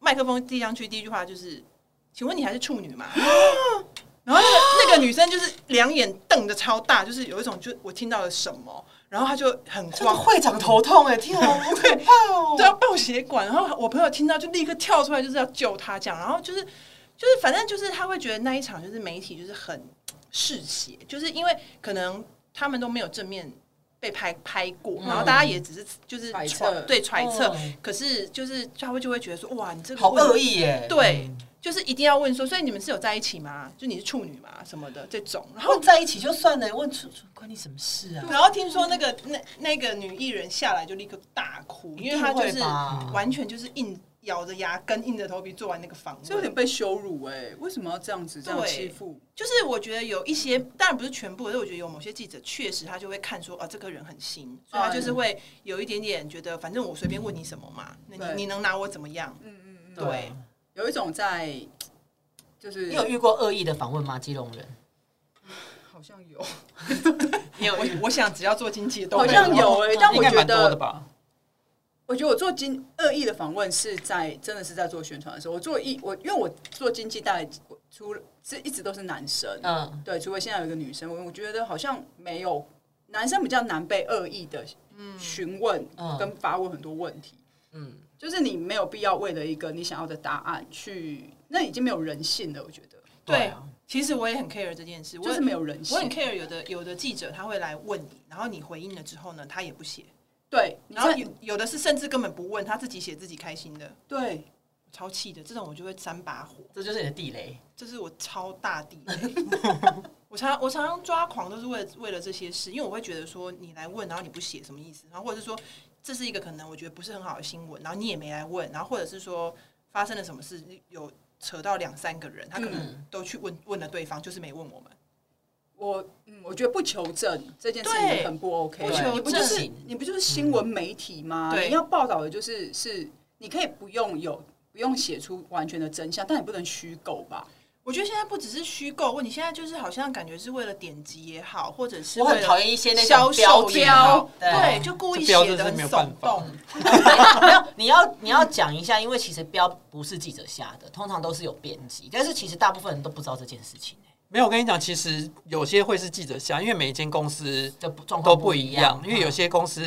[SPEAKER 4] 麦克风递上去，第一句话就是：“请问你还是处女吗？” 然后那个那个女生就是两眼瞪得超大，就是有一种就我听到了什么，然后她就很
[SPEAKER 3] 哇，
[SPEAKER 4] 慌，
[SPEAKER 3] 会长头痛哎，天啊，好可怕哦
[SPEAKER 4] 对，要爆血管。然后我朋友听到就立刻跳出来，就是要救他这样。然后就是就是反正就是他会觉得那一场就是媒体就是很嗜血，就是因为可能他们都没有正面被拍拍过，然后大家也只是就是
[SPEAKER 1] 揣
[SPEAKER 4] 揣
[SPEAKER 1] 测
[SPEAKER 4] 对揣测。
[SPEAKER 3] 嗯
[SPEAKER 4] 可是就是他会就会觉得说哇，你这个
[SPEAKER 3] 好
[SPEAKER 4] 问
[SPEAKER 3] 恶意耶，
[SPEAKER 4] 对。就是一定要问说，所以你们是有在一起吗？就你是处女吗？什么的这种，然
[SPEAKER 3] 然
[SPEAKER 4] 后
[SPEAKER 3] 后在一起就算了，问出出关你什么事啊？
[SPEAKER 4] 然后听说那个那那个女艺人下来就立刻大哭，因为她就
[SPEAKER 3] 一
[SPEAKER 4] 是
[SPEAKER 3] 定会吧
[SPEAKER 4] 完全就是硬咬着牙根、硬着头皮做完那个访问，
[SPEAKER 1] 就有点被羞辱哎、为什么要这样子这样
[SPEAKER 4] 对
[SPEAKER 1] 欺负？
[SPEAKER 4] 就是我觉得有一些，当然不是全部，但是我觉得有某些记者确实他就会看说，啊，这个人很新，所以他就是会有一点点觉得，反正我随便问你什么嘛，那
[SPEAKER 1] 对
[SPEAKER 4] 你你能拿我怎么样？
[SPEAKER 1] 嗯嗯嗯，
[SPEAKER 3] 对，
[SPEAKER 1] 有一种在就是
[SPEAKER 3] 你有遇过恶意的访问吗？基隆人
[SPEAKER 1] 好像有，
[SPEAKER 3] 你有
[SPEAKER 4] 我我想只要做经济的都
[SPEAKER 1] 好
[SPEAKER 4] 会
[SPEAKER 1] 像有哎、
[SPEAKER 3] 嗯
[SPEAKER 1] 但
[SPEAKER 2] 应
[SPEAKER 1] 我
[SPEAKER 2] 该
[SPEAKER 1] 觉
[SPEAKER 2] 蛮多的
[SPEAKER 1] 得，
[SPEAKER 2] 吧？
[SPEAKER 1] 我觉得我做经恶意的访问是在真的是在做宣传的时候，我做一我因为我做经济带，我除了是一直都是男生，
[SPEAKER 3] 嗯
[SPEAKER 1] 对，除非现在有一个女生，我我觉得好像没有男生比较难被恶意的询问
[SPEAKER 3] 嗯
[SPEAKER 1] 跟发问很多问题，
[SPEAKER 3] 嗯，
[SPEAKER 1] 就是你没有必要为了一个你想要的答案去，那已经没有人性了，我觉得
[SPEAKER 4] 对
[SPEAKER 3] 啊，
[SPEAKER 4] 其实我也很 care 这件事，我
[SPEAKER 1] 就是没有人性
[SPEAKER 4] 我。很 care 有的有的记者他会来问你，然后你回应了之后呢，他也不写，
[SPEAKER 1] 对，你
[SPEAKER 4] 然后
[SPEAKER 1] 在
[SPEAKER 4] 有有的是甚至根本不问，他自己写自己开心的，
[SPEAKER 1] 对，
[SPEAKER 4] 超气的，这种我就会三把火，
[SPEAKER 3] 这就是你的地雷。
[SPEAKER 4] 这是我超大地雷。我常我常常抓狂都是为了为了这些事，因为我会觉得说你来问，然后你不写什么意思，然后或者是说这是一个可能我觉得不是很好的新闻，然后你也没来问，然后或者是说发生了什么事有扯到两三个人，他可能都去问、问了对方，就是没问我们。
[SPEAKER 1] 我嗯，我觉得不求证这件事
[SPEAKER 4] 对
[SPEAKER 1] 情很不 OK。
[SPEAKER 4] 不
[SPEAKER 1] 对
[SPEAKER 4] 求
[SPEAKER 1] 你不就是
[SPEAKER 3] 证
[SPEAKER 1] 你不就是新闻媒体吗？
[SPEAKER 4] 对
[SPEAKER 1] 你要报道的就是是，你可以不用有不用写出完全的真相，但你不能虚构吧？
[SPEAKER 4] 我觉得现在不只是虚构问题，现在就是好像感觉是为了点击也好，或者是
[SPEAKER 3] 我很
[SPEAKER 4] 为了
[SPEAKER 3] 讨厌一些那种
[SPEAKER 4] 销售
[SPEAKER 3] 标题
[SPEAKER 4] 也好
[SPEAKER 3] 对
[SPEAKER 4] 对，就故意
[SPEAKER 2] 这标
[SPEAKER 4] 写的
[SPEAKER 2] 真是
[SPEAKER 4] 很
[SPEAKER 2] 没有
[SPEAKER 4] 耸
[SPEAKER 2] 办法
[SPEAKER 4] 动，
[SPEAKER 3] 没有，你要你要讲一下，因为其实标不是记者下的，通常都是有编辑，但是其实大部分人都不知道这件事情、欸，
[SPEAKER 2] 没有，我跟你讲，其实有些会是记者下，因为每一间公司
[SPEAKER 3] 这不状
[SPEAKER 2] 都
[SPEAKER 3] 况
[SPEAKER 2] 不
[SPEAKER 3] 一嗯
[SPEAKER 2] 一样，因为有些公司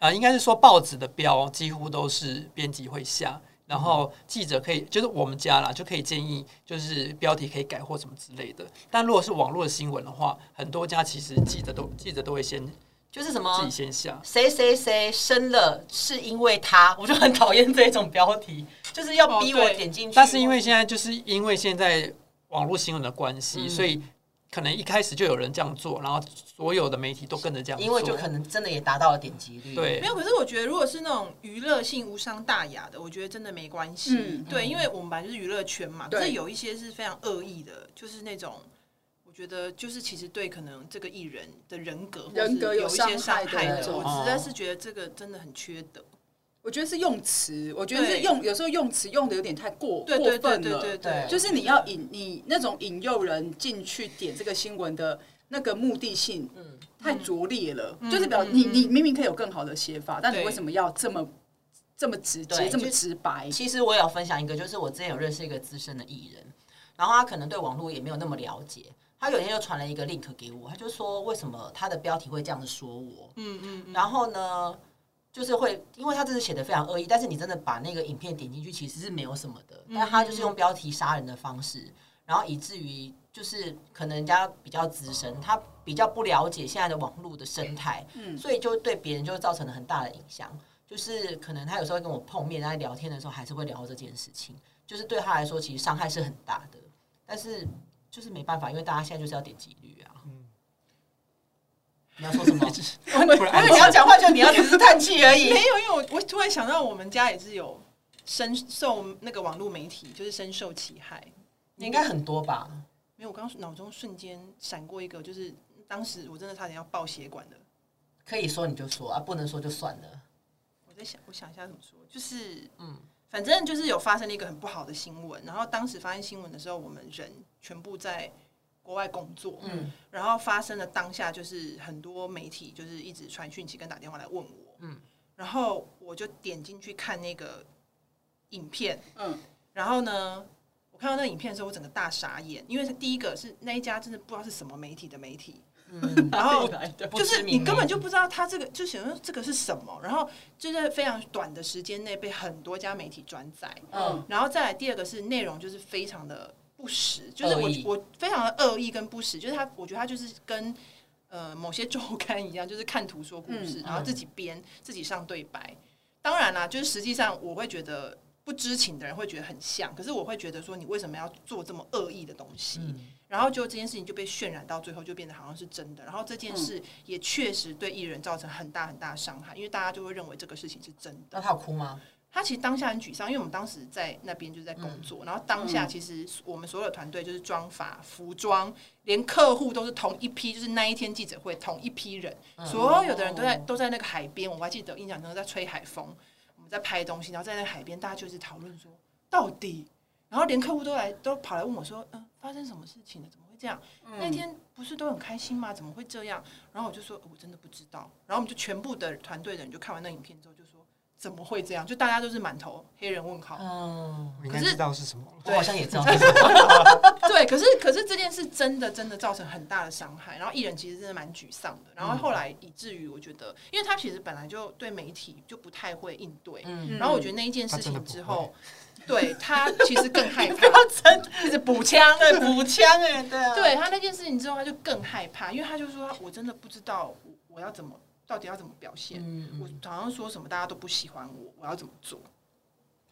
[SPEAKER 2] 啊、呃应该是说报纸的标几乎都是编辑会下，然
[SPEAKER 3] 嗯
[SPEAKER 2] 后记者可以就是我们家啦，就可以建议就是标题可以改或什么之类的。但如果是网络的新闻的话，很多家其实记者都记者都会先
[SPEAKER 3] 就是什
[SPEAKER 2] 自
[SPEAKER 3] 么
[SPEAKER 2] 己先下。
[SPEAKER 3] 谁谁谁生了是因为他，我就很讨厌这种标题，就是要逼
[SPEAKER 4] 哦
[SPEAKER 3] 我
[SPEAKER 4] 对
[SPEAKER 3] 点进去。
[SPEAKER 2] 但是因为现在就是因为现在网络新闻的关系，
[SPEAKER 3] 嗯
[SPEAKER 2] 所以可能一开始就有人这样做，然后所有的媒体都跟着这样做，
[SPEAKER 3] 因为就可能真的也达到了点击率，，
[SPEAKER 2] 对
[SPEAKER 4] 没有，可是我觉得如果是那种娱乐性无伤大雅的，我觉得真的没关系。
[SPEAKER 1] 嗯
[SPEAKER 4] 对，因为我们本来就是娱乐圈嘛，
[SPEAKER 1] 对
[SPEAKER 4] 可是有一些是非常恶意的，就是那种。我觉得就是其实对可能这个艺人的人格或是
[SPEAKER 1] 人格有
[SPEAKER 4] 有一些
[SPEAKER 1] 伤害
[SPEAKER 4] 伤
[SPEAKER 1] 的
[SPEAKER 4] 害
[SPEAKER 1] 那
[SPEAKER 4] 的，
[SPEAKER 1] 种
[SPEAKER 4] 我实
[SPEAKER 2] 哦
[SPEAKER 4] 在是觉得这个真的很缺德。
[SPEAKER 1] 我觉得是用词，我觉得是
[SPEAKER 4] 对
[SPEAKER 1] 用有时候用词用的有点太过
[SPEAKER 4] 对对
[SPEAKER 1] 过
[SPEAKER 4] 对
[SPEAKER 1] 分
[SPEAKER 4] 对对
[SPEAKER 1] 了，
[SPEAKER 4] 对，
[SPEAKER 1] 就是你要引你那种引诱人进去点这个新闻的。那个目的性，太拙劣了，就是表
[SPEAKER 4] 嗯
[SPEAKER 1] 你
[SPEAKER 4] 嗯
[SPEAKER 1] 你明明可以有更好的写法，但你
[SPEAKER 4] 对
[SPEAKER 1] 为什么要这么这么直接、
[SPEAKER 3] 对
[SPEAKER 1] 这么
[SPEAKER 3] 就
[SPEAKER 1] 直白？
[SPEAKER 3] 其实我也有分享一个，就是我之前有认识一个资深的艺人，然后他可能对网络也没有那么了解，他有一天就传了一个 link 给我，他就说为什么他的标题会这样子说我，
[SPEAKER 4] 嗯嗯嗯，
[SPEAKER 3] 然后呢，就是会因为他这次写的非常恶意，但是你真的把那个影片点进去，其实是没有什么的，
[SPEAKER 4] 嗯
[SPEAKER 3] 但他就是用标题杀人的方式，然后以至于就是可能人家比较资深，他比较不了解现在的网络的生态，
[SPEAKER 1] 嗯
[SPEAKER 3] 所以就对别人就造成了很大的影响。就是可能他有时候跟我碰面，在聊天的时候还是会聊这件事情，就是对他来说其实伤害是很大的，但是就是没办法，因为大家现在就是要点击率啊。你要说什么？
[SPEAKER 2] 不
[SPEAKER 3] 因
[SPEAKER 2] 然
[SPEAKER 3] 为你要讲话，就你要只是叹气而 已。
[SPEAKER 4] 没有，因为我我突然想到，我们家也是有深受那个网络媒体就是深受其害。
[SPEAKER 3] 你应该很多吧？
[SPEAKER 4] 没有，我刚刚脑中瞬间闪过一个，就是当时我真的差点要爆血管的。
[SPEAKER 3] 可以说你就说啊，不能说就算了。
[SPEAKER 4] 我在想，我想一下怎么说，就是嗯，反正就是有发生了一个很不好的新闻，然后当时发现新闻的时候，我们人全部在国外工作，嗯，然后发生了当下，就是很多媒体就是一直传讯息跟打电话来问我，嗯，然后我就点进去看那个影片，
[SPEAKER 1] 嗯，
[SPEAKER 4] 然后呢。我看到那个影片的时候，我整个大傻眼，因为它第一个是那一家真的不知道是什么媒体的媒体，嗯，然 后
[SPEAKER 3] 呃不
[SPEAKER 4] 就
[SPEAKER 3] 知
[SPEAKER 4] 是
[SPEAKER 3] 名
[SPEAKER 4] 你根
[SPEAKER 3] 媒
[SPEAKER 4] 本
[SPEAKER 3] 体
[SPEAKER 4] 就不知道他这个，就想说这个是什么，然后就在非常短的时间内被很多家媒体转载，
[SPEAKER 1] 嗯
[SPEAKER 4] 然后再来第二个是内容就是非常的不实，就是
[SPEAKER 3] 恶
[SPEAKER 4] 我
[SPEAKER 3] 意
[SPEAKER 4] 我非常的恶意跟不实，就是他我觉得他就是跟呃某些周刊一样，就是看图说故
[SPEAKER 3] 嗯
[SPEAKER 4] 事，然后自己编自己上对白。当然啦，就是实际上我会觉得不知情的人会觉得很像，可是我会觉得说你为什么要做这么恶意的东西？
[SPEAKER 3] 嗯
[SPEAKER 4] 然后就这件事情就被渲染到最后，就变得好像是真的。然后这件事也确实对艺人造成很大很大的伤害，因为大家就会认为这个事情是真的。
[SPEAKER 3] 那他有哭吗？
[SPEAKER 4] 他其实当下很沮丧，因为我们当时在那边就是在工作，然后当下其实我们所有的团队就是妆发、服装，连客户都是同一批，就是那一天记者会同一批人，所有的人都在都在那个海边，我还记得印象中在吹海风，我们在拍东西，然后在那个海边大家就是讨论说到底，然后连客户都来都跑来问我说，嗯、发生什么事情了？怎么会这样？
[SPEAKER 3] 嗯
[SPEAKER 4] 那天不是都很开心吗？怎么会这样？然后我就说、呃我真的不知道。然后我们就全部的团队的人就看完那影片之后就说。怎么会这样？就大家都是满头黑人问号。
[SPEAKER 3] 嗯，
[SPEAKER 2] 我应该知道是什么了。
[SPEAKER 3] 我好像也知道。
[SPEAKER 4] 对，可是可是这件事真的真的造成很大的伤害，然后艺人其实真的蛮沮丧的。然
[SPEAKER 2] 嗯
[SPEAKER 4] 后后来以至于我觉得，因为他其实本来就对媒体就不太会应对，
[SPEAKER 3] 嗯
[SPEAKER 4] 然后我觉得那一件事
[SPEAKER 2] 他真的
[SPEAKER 4] 情
[SPEAKER 2] 不
[SPEAKER 4] 之
[SPEAKER 2] 会
[SPEAKER 4] 后，对他其实更 害
[SPEAKER 3] 不
[SPEAKER 4] 怕。
[SPEAKER 3] 要真
[SPEAKER 4] 一直补枪，
[SPEAKER 3] 对补枪哎，对啊，
[SPEAKER 4] 对他那件事情之后，他就更害怕，因为他就说我真的不知道我我要怎么，到底要怎么表现。
[SPEAKER 3] 嗯，嗯
[SPEAKER 4] 我好像说什么大家都不喜欢我，我要怎么做？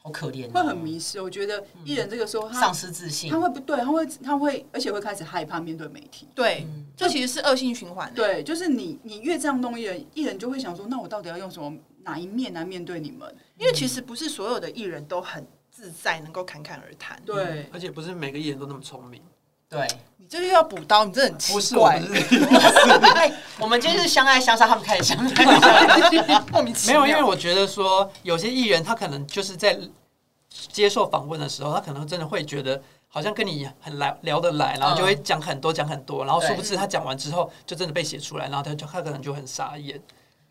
[SPEAKER 3] 好可怜哦，
[SPEAKER 1] 会很迷失。我觉得
[SPEAKER 4] 嗯
[SPEAKER 1] 艺人这个时候他
[SPEAKER 3] 丧失自信
[SPEAKER 1] 他。会不对，他会他会，而且会开始害怕面对媒体。
[SPEAKER 4] 对，这其实是恶性循环、欸。
[SPEAKER 1] 嗯对，就是你你越这样弄艺人，艺人就会想说，那我到底要用什么哪一面来面对你们？
[SPEAKER 4] 因为其实不是所有的艺人都很自在，能够侃侃而谈。，
[SPEAKER 1] 对，
[SPEAKER 2] 而且不是每个艺人都那么聪明，
[SPEAKER 3] 对，
[SPEAKER 4] 你这个又要补刀，你这很奇
[SPEAKER 2] 不是我
[SPEAKER 4] 怪，
[SPEAKER 2] 不是
[SPEAKER 3] 哎，我们今天是相爱相杀，他们开始相爱相杀，莫名其
[SPEAKER 2] 没
[SPEAKER 3] 妙。
[SPEAKER 2] 有，因为我觉得说有些艺人他可能就是在接受访问的时候，他可能真的会觉得好像跟你很来聊得来，然后就会讲很多讲很多，然后殊不知他讲完之后就真的被写出来，然后他就他可能就很傻眼。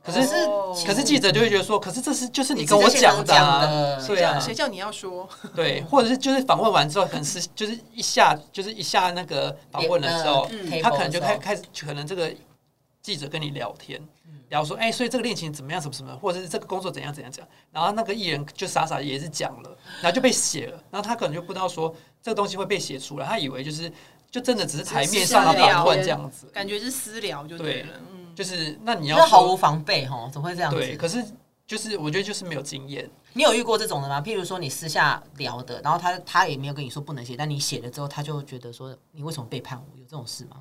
[SPEAKER 2] 可是
[SPEAKER 3] 哦
[SPEAKER 2] 可是记者就会觉得说，可是这是就是你
[SPEAKER 3] 你
[SPEAKER 2] 跟我
[SPEAKER 3] 直接现场
[SPEAKER 2] 讲的
[SPEAKER 3] 讲
[SPEAKER 2] 啊，
[SPEAKER 3] 的
[SPEAKER 2] 对啊，
[SPEAKER 4] 谁叫你要说？
[SPEAKER 2] 对，或者是就是访问完之后，可能是就是一下就是一下那个访问的时候，
[SPEAKER 3] 嗯
[SPEAKER 2] 他可能就开开始可能这个记者跟你聊天，
[SPEAKER 4] 嗯
[SPEAKER 2] 聊说哎、所以这个恋情怎么样，什么什么，或者是这个工作怎样怎样讲，然后那个艺人就傻傻也是讲了，然后就 被写了，然后他可能就不知道说这个东西会被写出来，他以为就是就真的只是台面上的访问这样子，
[SPEAKER 4] 感觉是私聊就对了。嗯，
[SPEAKER 2] 就是那你 要
[SPEAKER 3] 那毫无
[SPEAKER 2] 说
[SPEAKER 3] 防备哈，怎么会这样
[SPEAKER 2] 对，
[SPEAKER 3] 子？
[SPEAKER 2] 可是就是我觉得就是没有经验，
[SPEAKER 3] 你有遇过这种的吗？譬如说你私下聊的，然后他他也没有跟你说不能写，但你写了之后，他就觉得说你为什么背叛我？有这种事吗？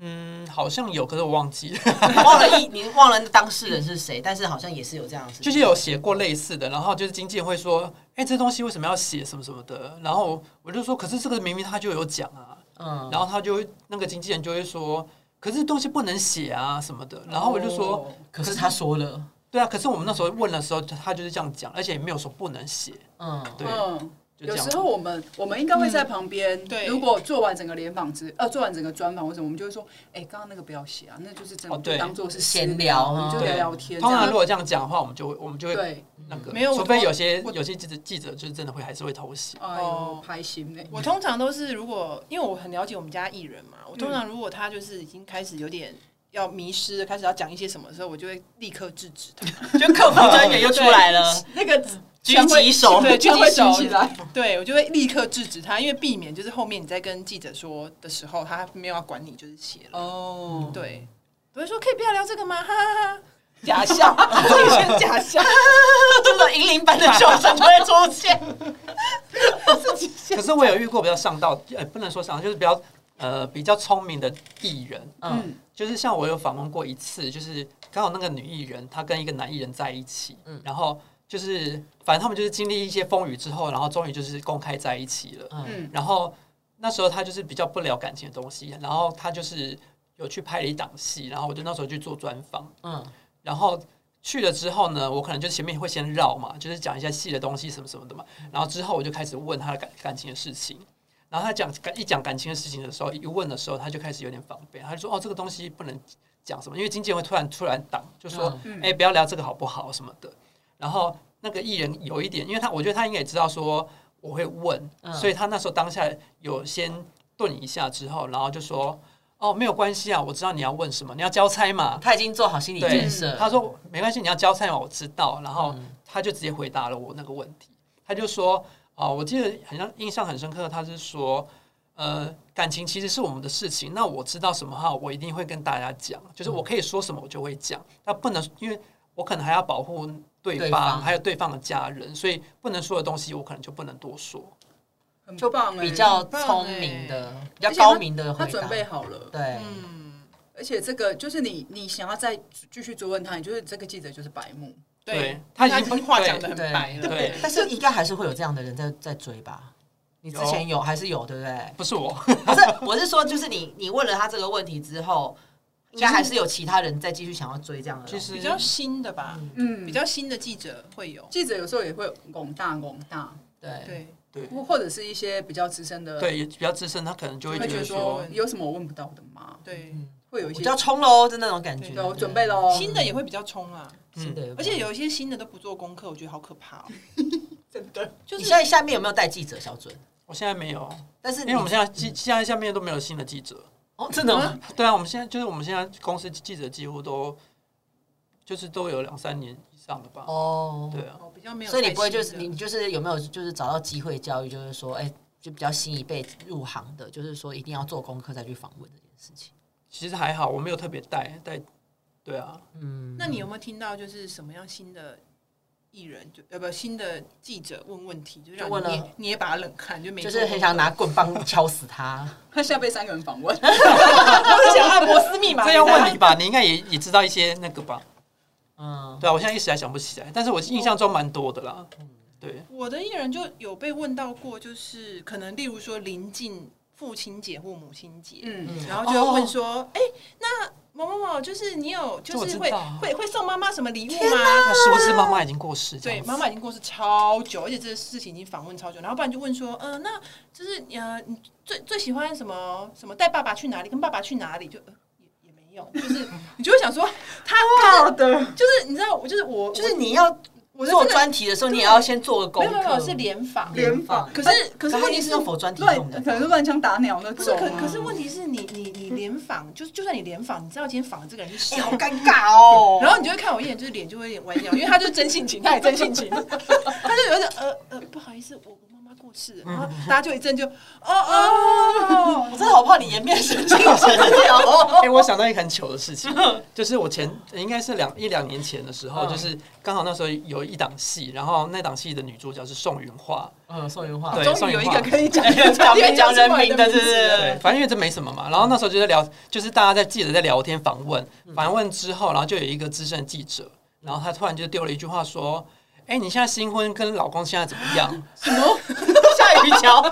[SPEAKER 2] 嗯，好像有，可是我忘记了。
[SPEAKER 3] 忘了一，你忘了当事人是谁，但是好像也是有这样的事情，
[SPEAKER 2] 就是有写过类似的，然后就是经纪人会说，哎、这东西为什么要写什么什么的，然后我就说，可是这个明明他就有讲啊，
[SPEAKER 3] 嗯，
[SPEAKER 2] 然后他就会那个经纪人就会说，可是东西不能写啊什么的，然后我就说，
[SPEAKER 1] 哦
[SPEAKER 3] 可是他说了，
[SPEAKER 2] 对啊，可是我们那时候问的时候，他就是这样讲，而且也没有说不能写，
[SPEAKER 3] 嗯，
[SPEAKER 2] 对，
[SPEAKER 1] 嗯。
[SPEAKER 2] 就这
[SPEAKER 1] 有
[SPEAKER 2] 样
[SPEAKER 1] 时候我们我们应该会在旁边、
[SPEAKER 4] 对
[SPEAKER 1] 如果做完整个联访之呃做完整个专访或者我们就会说，哎、刚刚那个不要写啊，那就是真的、
[SPEAKER 2] 哦对
[SPEAKER 1] 就当做是
[SPEAKER 3] 闲
[SPEAKER 1] 闲
[SPEAKER 3] 聊
[SPEAKER 1] 我们就
[SPEAKER 3] 嗯
[SPEAKER 1] 聊聊天。
[SPEAKER 2] 通
[SPEAKER 1] 这
[SPEAKER 2] 常
[SPEAKER 1] 样
[SPEAKER 2] 如果这样讲的话，我们就会我们就会
[SPEAKER 1] 对，
[SPEAKER 2] 那个，
[SPEAKER 4] 没有我
[SPEAKER 2] 除非
[SPEAKER 4] 通
[SPEAKER 2] 有些
[SPEAKER 4] 我
[SPEAKER 2] 有些记者记者就是真的会还是会偷写，
[SPEAKER 1] 哎呦
[SPEAKER 4] 哦，
[SPEAKER 1] 拍心呢、欸
[SPEAKER 4] 我通常都是如果因为我很了解我们家艺人嘛，我通常如果他就是已经开始有点。要迷失了，开始要讲一些什么的时候，我就会立刻制止他。
[SPEAKER 3] 就客服专员又出来了，
[SPEAKER 4] 那个
[SPEAKER 3] 狙击手，
[SPEAKER 4] 对，
[SPEAKER 1] 枪
[SPEAKER 4] 狙
[SPEAKER 1] 会
[SPEAKER 4] 击手
[SPEAKER 1] 举起来，
[SPEAKER 4] 对我就会立刻制止他，因为避免就是后面你在跟记者说的时候，他没有要管你，就是写了。
[SPEAKER 1] 哦，
[SPEAKER 4] 对，我会说可以不要聊这个吗？哈哈哈。
[SPEAKER 1] 假笑，这是假笑，
[SPEAKER 3] 这个银铃般的笑声就会出现。
[SPEAKER 2] 可是我有遇过比较上道，呃，不能说上道，就是比较呃比较聪明的艺人，
[SPEAKER 3] 嗯
[SPEAKER 1] 嗯
[SPEAKER 2] 就是像我有访问过一次，就是刚好那个女艺人她跟一个男艺人在一起，
[SPEAKER 3] 嗯
[SPEAKER 2] 然后就是反正他们就是经历一些风雨之后，然后终于就是公开在一起了。
[SPEAKER 3] 嗯
[SPEAKER 1] 嗯
[SPEAKER 2] 然后那时候他就是比较不聊感情的东西，然后他就是有去拍了一档戏，然后我就那时候去做专访，
[SPEAKER 3] 嗯
[SPEAKER 2] 然后去了之后呢，我可能就前面会先绕嘛，就是讲一下戏的东西什么什么的嘛，然后之后我就开始问他的感感情的事情。然后他讲感一讲感情的事情的时候，一问的时候，他就开始有点防备，他就说：“哦，这个东西不能讲什么，因为经纪人会突然突然挡，就说：‘哎、
[SPEAKER 1] 嗯
[SPEAKER 2] 不要聊这个好不好什么的。’然后那个艺人有一点，因为他我觉得他应该也知道说我会问，
[SPEAKER 3] 嗯
[SPEAKER 2] 所以他那时候当下有先顿一下之后，然后就说：‘哦，没有关系啊，我知道你要问什么，你要交差嘛。’
[SPEAKER 3] 他已经做好心理
[SPEAKER 2] 对
[SPEAKER 3] 建设了。
[SPEAKER 2] 他说没关系，你要交菜嘛，我知道。然后他就直接回答了我那个问题，他就说，哦，我记得好像印象很深刻，他是说，呃，感情其实是我们的事情，那我知道什么话，我一定会跟大家讲，就是我可以说什么我就会讲，那不能因为我可能还要保护对
[SPEAKER 3] 对
[SPEAKER 2] 方，
[SPEAKER 3] 方
[SPEAKER 2] 还有对方的家人，所以不能说的东西我可能就不能多说。
[SPEAKER 1] 很棒欸，
[SPEAKER 3] 比较聪明的、比较
[SPEAKER 1] 而且他
[SPEAKER 3] 高明的
[SPEAKER 1] 他
[SPEAKER 3] 回
[SPEAKER 1] 准
[SPEAKER 3] 答。
[SPEAKER 1] 备好了，
[SPEAKER 3] 对，
[SPEAKER 4] 嗯，
[SPEAKER 1] 而且这个就是你，你想要再继续追问他，你就是这个记者就是白目，
[SPEAKER 2] 对
[SPEAKER 4] 对，
[SPEAKER 2] 他已
[SPEAKER 4] 已
[SPEAKER 2] 经
[SPEAKER 4] 经话讲的很
[SPEAKER 3] 对嗯
[SPEAKER 4] 白了。
[SPEAKER 2] 对
[SPEAKER 3] 但是应该还是会有这样的人在在追吧？你之前有还是有，对不对？
[SPEAKER 2] 不是我，
[SPEAKER 3] 不是，我是说，就是你你问了他这个问题之后，应该还是有其他人再继续想要追这样的人。
[SPEAKER 2] 其实
[SPEAKER 4] 比较新的吧，
[SPEAKER 1] 嗯
[SPEAKER 4] 比较新的记者会有。
[SPEAKER 1] 记者有时候也会拱大拱大，
[SPEAKER 3] 对，
[SPEAKER 4] 对，
[SPEAKER 2] 对
[SPEAKER 1] 或或者是一些比较资深的，，
[SPEAKER 2] 对也比较资深，他可能就会
[SPEAKER 1] 会觉
[SPEAKER 2] 觉得
[SPEAKER 1] 得
[SPEAKER 2] 说
[SPEAKER 1] 说，嗯有什么我问不到的吗？
[SPEAKER 4] 对，
[SPEAKER 1] 会有一
[SPEAKER 3] 比
[SPEAKER 1] 些
[SPEAKER 3] 较冲喽的那种感觉。嗯
[SPEAKER 1] 对，我准备哦喽，
[SPEAKER 4] 新的也会比较冲啊，
[SPEAKER 2] 嗯
[SPEAKER 3] 是的，
[SPEAKER 4] 而且有一些新的都不做功课，我觉得好可怕哦。
[SPEAKER 1] 真的
[SPEAKER 4] 就
[SPEAKER 3] 你
[SPEAKER 4] 是
[SPEAKER 3] 现在下面有没有带记者小准？
[SPEAKER 2] 我现在没有，
[SPEAKER 3] 但是
[SPEAKER 2] 因
[SPEAKER 3] 你
[SPEAKER 2] 为我们现在记现在下面都没有新的记者。
[SPEAKER 3] 哦，真的吗？
[SPEAKER 2] 对啊，我们现在就是我们现在公司记者几乎都就是都有两三年以上了吧？
[SPEAKER 3] 哦，
[SPEAKER 2] 对啊，
[SPEAKER 4] 哦比较嗯没有太
[SPEAKER 3] 所
[SPEAKER 4] 新的，
[SPEAKER 3] 以你不会就是你就是有没有就是找到机会教育，就是说，哎，就比较新一辈入行的，就是说一定要做功课再去访问这件事情。
[SPEAKER 2] 其实还好，我没有特别带带。对啊，
[SPEAKER 3] 嗯，
[SPEAKER 4] 那你有没有听到就是什么样新的艺人就呃不新的记者问问题，就让
[SPEAKER 3] 就问
[SPEAKER 4] 你
[SPEAKER 3] 了
[SPEAKER 4] 捏捏把冷汗，就没
[SPEAKER 3] 就是很想拿棍棒敲死他。
[SPEAKER 1] 他现在被三个人访问，
[SPEAKER 4] 我想按摩斯密 码
[SPEAKER 2] 这要问你吧，你应该也也知道一些那个吧？
[SPEAKER 3] 嗯，
[SPEAKER 2] 对啊，我现在一时还想不起来，但是我印象中蛮多的啦。对，
[SPEAKER 4] 我的艺人就有被问到过，就是可能例如说临近父亲节或母亲节，
[SPEAKER 1] 嗯，
[SPEAKER 4] 然后就
[SPEAKER 3] 哦
[SPEAKER 4] 会问说，哎、那某某某，就是你有就
[SPEAKER 2] 这
[SPEAKER 4] 是
[SPEAKER 2] 我
[SPEAKER 4] 会
[SPEAKER 2] 知
[SPEAKER 3] 啊
[SPEAKER 2] 道
[SPEAKER 4] 会会送妈妈什么礼物吗？
[SPEAKER 2] 那殊不知妈妈已经过世，这
[SPEAKER 4] 对，
[SPEAKER 3] 哦
[SPEAKER 2] 样子
[SPEAKER 4] 妈妈已经过世超久，而且这个事情已经访问超久，然后不然就问说，嗯、那就是呃，你最最喜欢什么什么带爸爸去哪里，跟爸爸去哪里，就、呃、也也没有， 就是你就会想说，他
[SPEAKER 1] 好的，
[SPEAKER 4] 就是你知道，我就是我，
[SPEAKER 3] 就是你要
[SPEAKER 4] 我
[SPEAKER 3] 做
[SPEAKER 4] 我是真的
[SPEAKER 3] 专题的时候，你也要先做个功
[SPEAKER 4] 没有没有没有
[SPEAKER 3] 课。
[SPEAKER 4] 是联访，
[SPEAKER 1] 联访，
[SPEAKER 4] 可是
[SPEAKER 1] 可是
[SPEAKER 3] 他
[SPEAKER 1] 问
[SPEAKER 3] 一
[SPEAKER 1] 题
[SPEAKER 3] 定是用否专题用
[SPEAKER 1] 乱，
[SPEAKER 3] 的
[SPEAKER 1] 可能是乱枪打鸟那
[SPEAKER 4] 不是，
[SPEAKER 1] 种啊，
[SPEAKER 4] 可
[SPEAKER 3] 嗯
[SPEAKER 4] 可是问题是你你你联访，就是就算你联访，你知道今天访的这个人是谁
[SPEAKER 3] 哎，，好尴尬哦。
[SPEAKER 4] 然后你就会看我一眼，就是脸就会有点歪掉，因为他就是真性情，他也真性 情，他就有点呃呃，不好意思，我我妈妈过世了，
[SPEAKER 3] 嗯
[SPEAKER 4] 然后大家就一阵就哦哦，
[SPEAKER 3] 我真的好怕你颜面神经失调。
[SPEAKER 2] 哎、 我想到一个很糗的事 情，就是我前应该是两一两年前的时候，
[SPEAKER 3] 嗯
[SPEAKER 2] 就是刚好那时候有一档戏，然后那档戏的女主角是宋云画，
[SPEAKER 3] 嗯，宋云化
[SPEAKER 2] 对
[SPEAKER 1] 终于有一个可以 讲
[SPEAKER 3] 讲名讲人名
[SPEAKER 1] 名
[SPEAKER 3] 的，
[SPEAKER 1] 字
[SPEAKER 3] 是不
[SPEAKER 1] 了
[SPEAKER 2] 对
[SPEAKER 3] 是，？
[SPEAKER 2] 反正因为这没什么嘛。然后那时候就在聊，就是大家在记者在聊天访问，访问之后，然后就有一个资深记者，然后他突然就丢了一句话说：“哎、你现在新婚跟老公现在怎么样？”
[SPEAKER 3] 下雨桥，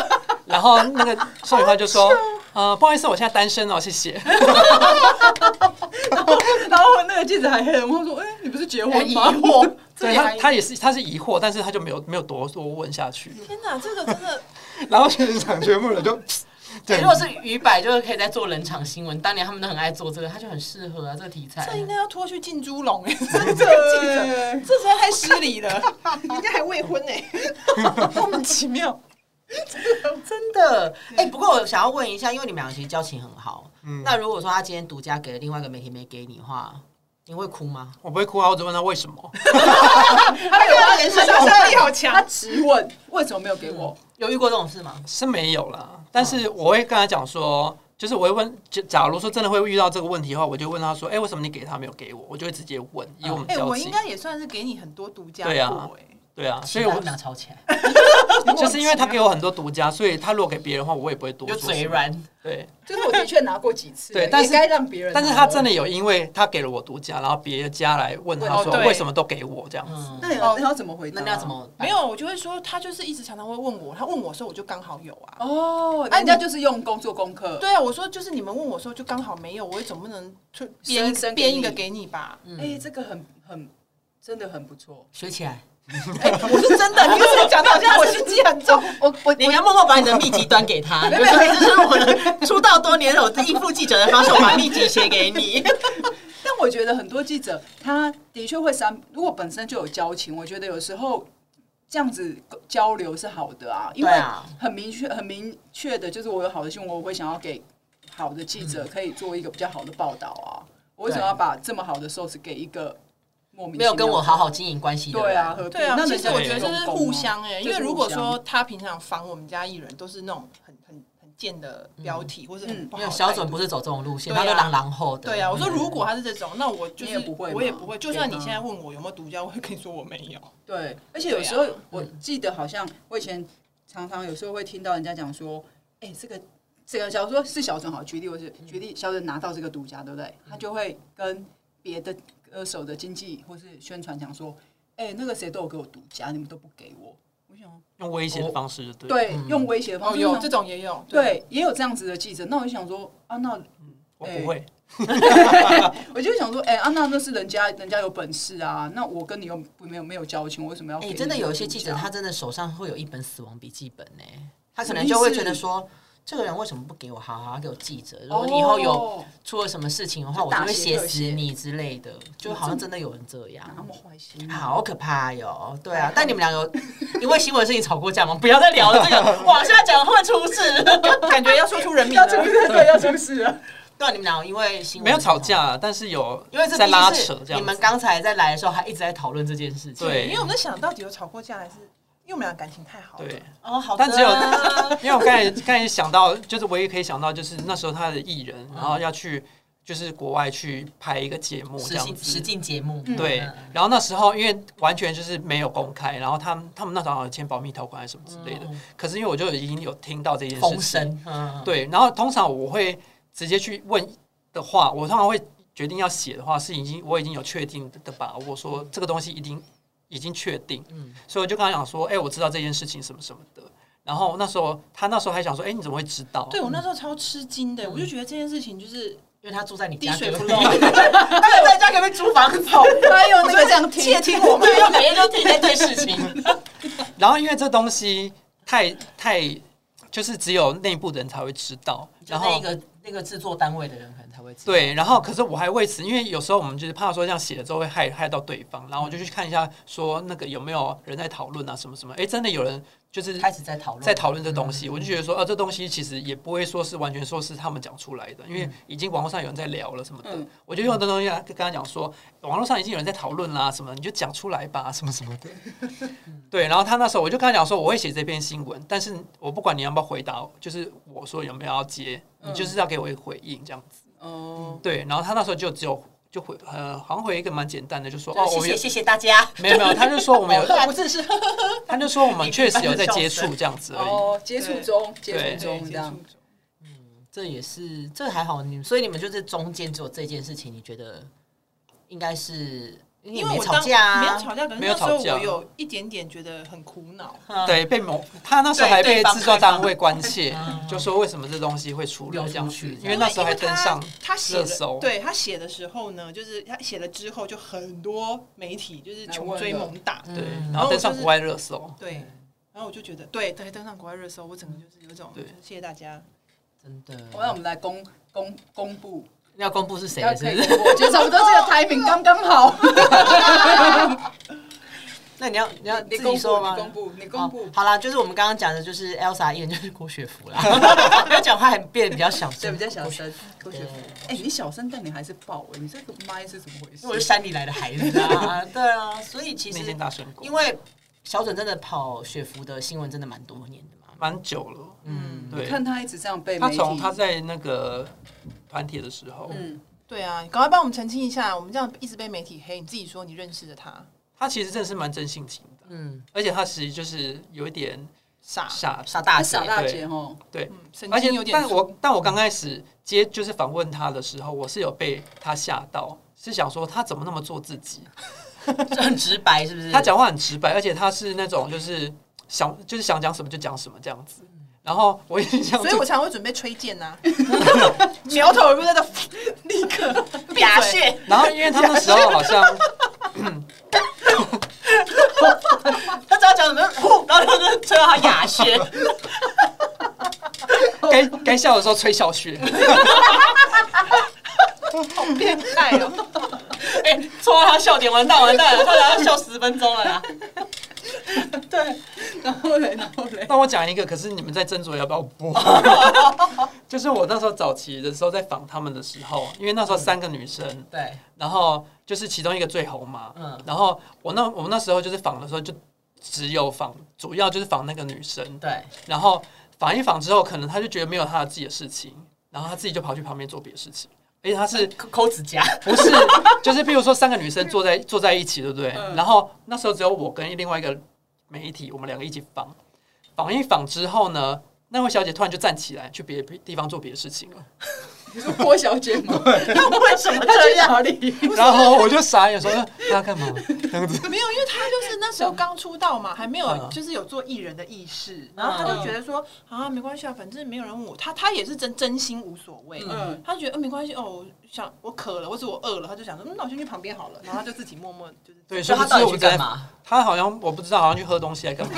[SPEAKER 2] 然后那个宋雨花就说：“呃，不好意思，我现在单身哦，谢谢。
[SPEAKER 1] 然后那个记者还很问说：“哎、哎你不是结婚
[SPEAKER 3] 疑
[SPEAKER 1] 吗？”
[SPEAKER 3] 惑。
[SPEAKER 2] 对他，他也是他是疑惑，但是他就没有没有多多问下去。
[SPEAKER 4] 天哪，这个真的
[SPEAKER 2] 然后全场全部人就
[SPEAKER 3] 对，哎如果是于柏，就是可以在做冷场新闻。当年他们都很爱做这个，他就很适合啊，这个题材。
[SPEAKER 4] 这应该要拖去进猪笼 哎，
[SPEAKER 1] 这个记者
[SPEAKER 4] 这实在太失礼了， 人家还未婚呢， 莫名其妙。
[SPEAKER 3] 真的，哎、不过我想要问一下，因为你们俩其实交情很好，那如果说他今天独家给了另外一个媒体没给你的话，你会哭吗？
[SPEAKER 2] 我不会哭啊，我只问他为什么。
[SPEAKER 1] 他有他
[SPEAKER 4] 人生杀伤力好强
[SPEAKER 1] 他直问为什么没有给我？
[SPEAKER 3] 有遇过这种事吗？
[SPEAKER 2] 是没有啦，但是
[SPEAKER 3] 嗯
[SPEAKER 2] 我会跟他讲说，就是我会问，就假如说真的会遇到这个问题的话，我就问他说，哎、为什么你给他没有给我？我就会直接问，
[SPEAKER 3] 嗯
[SPEAKER 2] 以我们
[SPEAKER 4] 哎、
[SPEAKER 2] 交
[SPEAKER 4] 我
[SPEAKER 2] 情
[SPEAKER 4] 应，该也算是给你很多独家
[SPEAKER 2] 对啊
[SPEAKER 4] 货哎、
[SPEAKER 2] 对啊，所以我
[SPEAKER 3] 起来拿吵起来，
[SPEAKER 2] 就是因为他给我很多独家，所以他如果给别人的话，我也不会多
[SPEAKER 3] 啊就
[SPEAKER 2] 说什么
[SPEAKER 3] 嘴软。
[SPEAKER 2] 对，
[SPEAKER 1] 就是我的确拿过几次，
[SPEAKER 2] 对但是
[SPEAKER 1] 也该让别人拿。
[SPEAKER 2] 但是他真的有，因为他给了我独家，然后别家来问他
[SPEAKER 4] 哦
[SPEAKER 2] 说
[SPEAKER 4] 对
[SPEAKER 2] 为什么都给我这样子，
[SPEAKER 3] 嗯
[SPEAKER 1] 那你要那你要怎么回答？
[SPEAKER 3] 那你要怎？么？
[SPEAKER 4] 没有，我就会说他就是一直常常会问我，他问我的时候我就刚好有啊。
[SPEAKER 1] 哦，人家就是用工做功课。
[SPEAKER 4] 对啊，我说就是你们问我的时候就刚好没有，我也总不能就
[SPEAKER 1] 生
[SPEAKER 4] 编
[SPEAKER 1] 生
[SPEAKER 4] 一
[SPEAKER 1] 给
[SPEAKER 4] 编一个
[SPEAKER 1] 你
[SPEAKER 4] 给你吧。
[SPEAKER 3] 嗯
[SPEAKER 1] 哎，这个很很真的很不错。
[SPEAKER 3] 学起来？
[SPEAKER 4] 哎我是真 的，你为什么讲的好像我心机很重？
[SPEAKER 1] 我我
[SPEAKER 3] 你要默默把你的秘籍端给他，你就说这是我的出道多年，我应付记者的方式，我把秘籍写给 你。
[SPEAKER 1] 但我觉得很多记者他的确会三，如果本身就有交情，我觉得有时候这样子交流是好的啊，因为
[SPEAKER 3] 对啊
[SPEAKER 1] 很明确、很明确的，就是我有好的新闻，我会想要给好的记者可以做一个比较好的报道啊。我为什么要把这么好的 source 给一个莫名其
[SPEAKER 3] 没
[SPEAKER 1] 妙
[SPEAKER 3] 有跟我好好经营关系的人，
[SPEAKER 1] 对啊，何必？
[SPEAKER 4] 对啊
[SPEAKER 1] 那，
[SPEAKER 4] 其
[SPEAKER 1] 人
[SPEAKER 4] 实
[SPEAKER 1] 家
[SPEAKER 4] 我
[SPEAKER 1] 也
[SPEAKER 4] 觉得
[SPEAKER 1] 有
[SPEAKER 4] 这是
[SPEAKER 1] 功
[SPEAKER 4] 互
[SPEAKER 1] 啊
[SPEAKER 4] 相哎、
[SPEAKER 1] 这
[SPEAKER 4] 因为
[SPEAKER 1] 是
[SPEAKER 4] 如
[SPEAKER 1] 互
[SPEAKER 4] 果
[SPEAKER 1] 相
[SPEAKER 4] 说他平常仿我们家艺人都是那种很很很贱的标题，或是很不好
[SPEAKER 3] 没嗯
[SPEAKER 4] 的态
[SPEAKER 3] 有
[SPEAKER 4] 度、
[SPEAKER 3] 小准不是走这种路线，
[SPEAKER 4] 对
[SPEAKER 3] 他
[SPEAKER 4] 啊
[SPEAKER 3] 都狼狼后的。嗯
[SPEAKER 4] 对啊，我说如果他是这种，那我就
[SPEAKER 1] 你
[SPEAKER 4] 是
[SPEAKER 1] 也不会
[SPEAKER 4] 我也
[SPEAKER 1] 嘛
[SPEAKER 4] 不会。就
[SPEAKER 1] 对
[SPEAKER 4] 算你
[SPEAKER 1] 啊
[SPEAKER 4] 现在问我有没有独家，我会跟你说我没有。
[SPEAKER 1] 对，而且有时候
[SPEAKER 3] 啊
[SPEAKER 1] 我
[SPEAKER 3] 嗯
[SPEAKER 1] 记得好像我以前常常有时候会听到人家讲说，哎、这个这个，假如说是小准好，举例我是举例，小准拿到这个独家，对不对？
[SPEAKER 3] 嗯
[SPEAKER 1] 他就会跟别的歌手的经纪或是宣传讲说，哎、那个谁都有给我独家，你们都不给我，我想说
[SPEAKER 2] 用威胁的方式就
[SPEAKER 3] 嗯
[SPEAKER 2] 对了。
[SPEAKER 1] 对，用威胁的方
[SPEAKER 4] 哦，
[SPEAKER 1] 式，
[SPEAKER 4] 有
[SPEAKER 1] 我
[SPEAKER 4] 这
[SPEAKER 1] 想
[SPEAKER 4] 种也有，
[SPEAKER 1] 对，也有这样子的记者，那我就想说啊，那
[SPEAKER 2] 我不会，
[SPEAKER 1] 我就想说，哎、啊，那那是人家人家有本事啊，那我跟你又不没有没有交情，我为什么要
[SPEAKER 3] 哎、
[SPEAKER 1] 给你这
[SPEAKER 3] 真
[SPEAKER 1] 个独家？
[SPEAKER 3] 的有一些记者，他真的手上会有一本死亡笔记本呢、他可能就会觉得说，这个人为什么不给我好好给我记着？如果你以后有
[SPEAKER 1] 哦
[SPEAKER 3] 出了什么事情的话，我就会写死你之类的，就好像真的有人这样。
[SPEAKER 1] 那么坏心啊。
[SPEAKER 3] 好可怕哟！对啊，但你们两个有因为新闻事情吵过架吗？不要再聊了，这个往下讲会出事。
[SPEAKER 4] 感觉要说出人名
[SPEAKER 1] 要出
[SPEAKER 4] 了。
[SPEAKER 1] 事，对，要出事了。
[SPEAKER 3] 对啊，你们两个因为新闻
[SPEAKER 2] 没有吵，架，但是有
[SPEAKER 3] 因为这
[SPEAKER 2] 在
[SPEAKER 3] 毕竟
[SPEAKER 2] 拉
[SPEAKER 3] 是
[SPEAKER 2] 扯这样
[SPEAKER 3] 你们
[SPEAKER 2] 子。
[SPEAKER 3] 刚才在来的时候还一直在讨论这件事情。
[SPEAKER 2] 对
[SPEAKER 4] 因为我们在想到底有吵过架还是，因为我们俩感情太好了。
[SPEAKER 2] 对，
[SPEAKER 3] 哦，好的啊，
[SPEAKER 2] 但只有， 因为我刚才刚才想到，就是唯一可以想到，就是那时候他的艺人，然后要去就是国外去拍一个节目这
[SPEAKER 3] 实
[SPEAKER 2] 样
[SPEAKER 3] 境实
[SPEAKER 2] 子。
[SPEAKER 3] 境节目，
[SPEAKER 2] 对
[SPEAKER 3] 嗯，
[SPEAKER 2] 然后那时候因为完全就是没有公开，然后他们他们那时候好像签保密条款还是什么之类的
[SPEAKER 3] 嗯，
[SPEAKER 2] 可是因为我就已经有听到这件事
[SPEAKER 3] 风
[SPEAKER 2] 情，
[SPEAKER 3] 声，嗯，
[SPEAKER 2] 对，然后通常我会直接去问的话，我通常会决定要写的话是已经我已经有确定的把握，说这个东西一定已经确定，
[SPEAKER 3] 嗯
[SPEAKER 2] 所以我就跟他讲说，哎、我知道这件事情什么什么的。然后那时候他那时候还想说，哎、你怎么会知道？
[SPEAKER 4] 对我那时候超吃惊的，我就觉得这件事情就是
[SPEAKER 3] 因为他住在你
[SPEAKER 4] 滴
[SPEAKER 3] 家
[SPEAKER 4] 水
[SPEAKER 3] 隔
[SPEAKER 4] 不
[SPEAKER 3] 壁
[SPEAKER 4] 漏，。
[SPEAKER 3] 他有在家隔壁租房子，
[SPEAKER 1] 他用那个这样
[SPEAKER 4] 窃
[SPEAKER 1] 听，
[SPEAKER 4] 听我们。
[SPEAKER 3] 对，又每天都自己在对事情，
[SPEAKER 2] 然后因为这东西太太就是只有内部的人才会知道，
[SPEAKER 3] 就
[SPEAKER 2] 然
[SPEAKER 3] 那
[SPEAKER 2] 后。
[SPEAKER 3] 个那个制作单位的人可能才会知道。
[SPEAKER 2] 对，然后可是我还为此，因为有时候我们就是怕说这样写了之后会害害到对方，然后
[SPEAKER 3] 嗯
[SPEAKER 2] 我就去看一下说那个有没有人在讨论啊什么什么，哎，真的有人就是
[SPEAKER 3] 开始在讨论，
[SPEAKER 2] 在讨论这东西，我就觉得说，啊，这东西其实也不会说是完全说是他们讲出来的，因
[SPEAKER 3] 嗯
[SPEAKER 2] 为已经网络上有人在聊了什么的，
[SPEAKER 1] 嗯
[SPEAKER 2] 我就用这东西来跟他讲说，网络上已经有人在讨论啦，什么你就讲出来吧，什么什么的。 对，然后他那时候我就跟他讲说，我会写这篇新闻，但是我不管你要不要回答，就是我说有没有要接，你
[SPEAKER 3] 嗯
[SPEAKER 2] 就是要给我一个回应这样子。
[SPEAKER 1] 哦，
[SPEAKER 2] 对，然后他那时候就只有就回呃，好像回一个蛮简单的，就说
[SPEAKER 3] 就
[SPEAKER 2] 哦，
[SPEAKER 3] 是
[SPEAKER 2] 我
[SPEAKER 3] 谢
[SPEAKER 2] 们
[SPEAKER 3] 谢
[SPEAKER 2] 有
[SPEAKER 3] 谢谢大家。哦啊
[SPEAKER 2] 没有没有，他就说我 们有，
[SPEAKER 4] 我真的是
[SPEAKER 2] 他就说我们确实有在
[SPEAKER 3] 一般的
[SPEAKER 2] 接
[SPEAKER 3] 笑声
[SPEAKER 2] 触这样子而已。
[SPEAKER 1] 哦，接触中，接
[SPEAKER 2] 对
[SPEAKER 1] 触中这样。
[SPEAKER 3] 这也是这还好，你所以你们就是中间只有这件事情，你觉得应该是因为
[SPEAKER 4] 因为
[SPEAKER 3] 没
[SPEAKER 4] 我
[SPEAKER 3] 吵
[SPEAKER 4] 当
[SPEAKER 3] 架啊，
[SPEAKER 4] 没有吵架，可是
[SPEAKER 2] 没有
[SPEAKER 4] 那时候
[SPEAKER 2] 吵架
[SPEAKER 4] 我有一点点觉得很苦恼。
[SPEAKER 3] 嗯，
[SPEAKER 2] 对，被某他那时候还
[SPEAKER 3] 对对
[SPEAKER 2] 被
[SPEAKER 3] 方
[SPEAKER 2] 制作单位关切
[SPEAKER 3] 嗯，
[SPEAKER 2] 就说为什么这东西会出来
[SPEAKER 3] 流
[SPEAKER 2] 这样
[SPEAKER 3] 出去
[SPEAKER 2] 子，
[SPEAKER 3] 这样
[SPEAKER 2] 因为那时候还登上
[SPEAKER 4] 因为他他写
[SPEAKER 2] 热搜
[SPEAKER 4] 的，对他写的时候呢，就是他写了之后，就很多媒体就是穷追猛打，
[SPEAKER 3] 来问了
[SPEAKER 2] 对
[SPEAKER 3] 嗯，
[SPEAKER 4] 然
[SPEAKER 2] 然后登
[SPEAKER 4] 后我就
[SPEAKER 2] 上
[SPEAKER 4] 是
[SPEAKER 2] 国外热搜，
[SPEAKER 4] 对。然后我就觉得，对，对，登上国外热搜，我整个就是有一种，就
[SPEAKER 2] 对
[SPEAKER 4] 是谢谢大家。
[SPEAKER 3] 真的。
[SPEAKER 1] 我让我们来公公公布，
[SPEAKER 3] 要公布是谁
[SPEAKER 1] 要
[SPEAKER 3] 了，
[SPEAKER 1] 可
[SPEAKER 3] 是
[SPEAKER 1] 以
[SPEAKER 3] 不是？
[SPEAKER 1] 公布，我觉得差不多这个 timing 刚刚好。
[SPEAKER 3] 那你要你要
[SPEAKER 1] 你
[SPEAKER 3] 自
[SPEAKER 1] 公
[SPEAKER 3] 己
[SPEAKER 1] 布，
[SPEAKER 3] 说
[SPEAKER 1] 你
[SPEAKER 3] 吗？
[SPEAKER 1] 公布，你公
[SPEAKER 3] 哦
[SPEAKER 1] 布。
[SPEAKER 3] 好啦，就是我们刚刚讲的，就是 Elsa 演就是郭雪 芙啦，因为讲话还变得比较小
[SPEAKER 1] 对，
[SPEAKER 3] 声，
[SPEAKER 1] 比较小
[SPEAKER 3] 郭雪
[SPEAKER 1] 声。郭雪芙
[SPEAKER 3] 对，
[SPEAKER 1] 哎、你小声，但你还是爆哎、你这个麦是怎么回事？
[SPEAKER 3] 因为我是山里来的孩子啊，对啊，所以其
[SPEAKER 2] 内
[SPEAKER 3] 实
[SPEAKER 2] 建大神功
[SPEAKER 3] 因为小准真的跑雪芙的新闻真的蛮多年的嘛，
[SPEAKER 2] 蛮久了。
[SPEAKER 3] 嗯，
[SPEAKER 2] 对，
[SPEAKER 1] 看他一直这样被
[SPEAKER 2] 他
[SPEAKER 1] 媒体，
[SPEAKER 2] 从他在那个团体的时候，
[SPEAKER 1] 嗯，
[SPEAKER 4] 对啊，赶快帮我们澄清一下，我们这样一直被媒体黑，你自己说你认识的他
[SPEAKER 2] 他其实真的是蛮真性情的，
[SPEAKER 3] 嗯，
[SPEAKER 2] 而且他其实就是有一点
[SPEAKER 4] 傻，
[SPEAKER 2] 傻，
[SPEAKER 3] 傻大
[SPEAKER 1] 他
[SPEAKER 3] 姐
[SPEAKER 1] 傻，大姐哦，
[SPEAKER 2] 对。
[SPEAKER 4] 嗯，神
[SPEAKER 2] 而且
[SPEAKER 4] 经有，点
[SPEAKER 2] 但
[SPEAKER 4] 粗。
[SPEAKER 2] 我但我刚开始接就是访问他的时候，我是有被他吓到，是想说他怎么那么做自己？
[SPEAKER 3] 就很直白，是不是？
[SPEAKER 2] 他讲话很直白，而且他是那种就是想就是想讲什么就讲什么这样子。然后我印象
[SPEAKER 4] 所以
[SPEAKER 2] 最
[SPEAKER 4] 我常会准备吹剑 呐、 苗头有没有在那 立刻
[SPEAKER 3] 表现，
[SPEAKER 2] 然后因为他那时候 好像
[SPEAKER 3] 他只要讲什么，噗然后就吹到他哑穴，
[SPEAKER 2] 该该笑的时候吹笑穴，
[SPEAKER 4] 变态 哦？
[SPEAKER 3] 哎，戳到他笑点，完蛋完蛋了，他俩要笑十分钟了啦。
[SPEAKER 1] 然后 嘞，然后嘞，
[SPEAKER 2] 那我讲一个，可是你们在斟酌要不要播。 就是我那时候早期的时候在访他们的时候，因为那时候三个女
[SPEAKER 4] 嗯
[SPEAKER 2] 生，
[SPEAKER 3] 对，
[SPEAKER 2] 然后就是其中一个最红嘛，
[SPEAKER 3] 嗯
[SPEAKER 2] 然后我那我们那时候就是访的时候就只有访，主要就是访那个女生，
[SPEAKER 3] 对，
[SPEAKER 2] 然后访一访之后，可能她就觉得没有她自己的事情，然后她自己就跑去旁边做别的事情，而且她是
[SPEAKER 3] 抠抠指甲，
[SPEAKER 2] 不是， 就是比如说三个女生坐在坐在一起，对不对？
[SPEAKER 3] 嗯
[SPEAKER 2] 然后那时候只有我跟另外一个媒体，我们两个一起访，访一访之后呢，那位小姐突然就站起来去别的地方做别的事 情了，
[SPEAKER 1] 你说郭小姐吗？
[SPEAKER 3] 为什么
[SPEAKER 1] 她
[SPEAKER 3] 这
[SPEAKER 1] 去
[SPEAKER 3] 样？
[SPEAKER 1] 哪里？
[SPEAKER 2] 然后我就傻眼说：“呃她干嘛？”这样子，
[SPEAKER 4] 没有，因为他就是那时候刚出道嘛，还没有
[SPEAKER 2] 嗯
[SPEAKER 4] 就是有做艺人的意识，然后他就觉得说啊，没关系啊，反正没有人问我，他他也是真真心无所谓，
[SPEAKER 1] 嗯
[SPEAKER 4] 他就觉得、呃、没关系哦，我想我渴了或者我饿了，他就想说，嗯，那我先去旁边好了，然后他就自己默默就是
[SPEAKER 2] 对，
[SPEAKER 3] 所
[SPEAKER 2] 所
[SPEAKER 3] 以他
[SPEAKER 2] 以不
[SPEAKER 3] 到底
[SPEAKER 2] 是我
[SPEAKER 3] 去
[SPEAKER 2] 们
[SPEAKER 3] 干
[SPEAKER 2] 在
[SPEAKER 3] 嘛？
[SPEAKER 2] 她好像我不知道，好像去喝东西还干 嘛？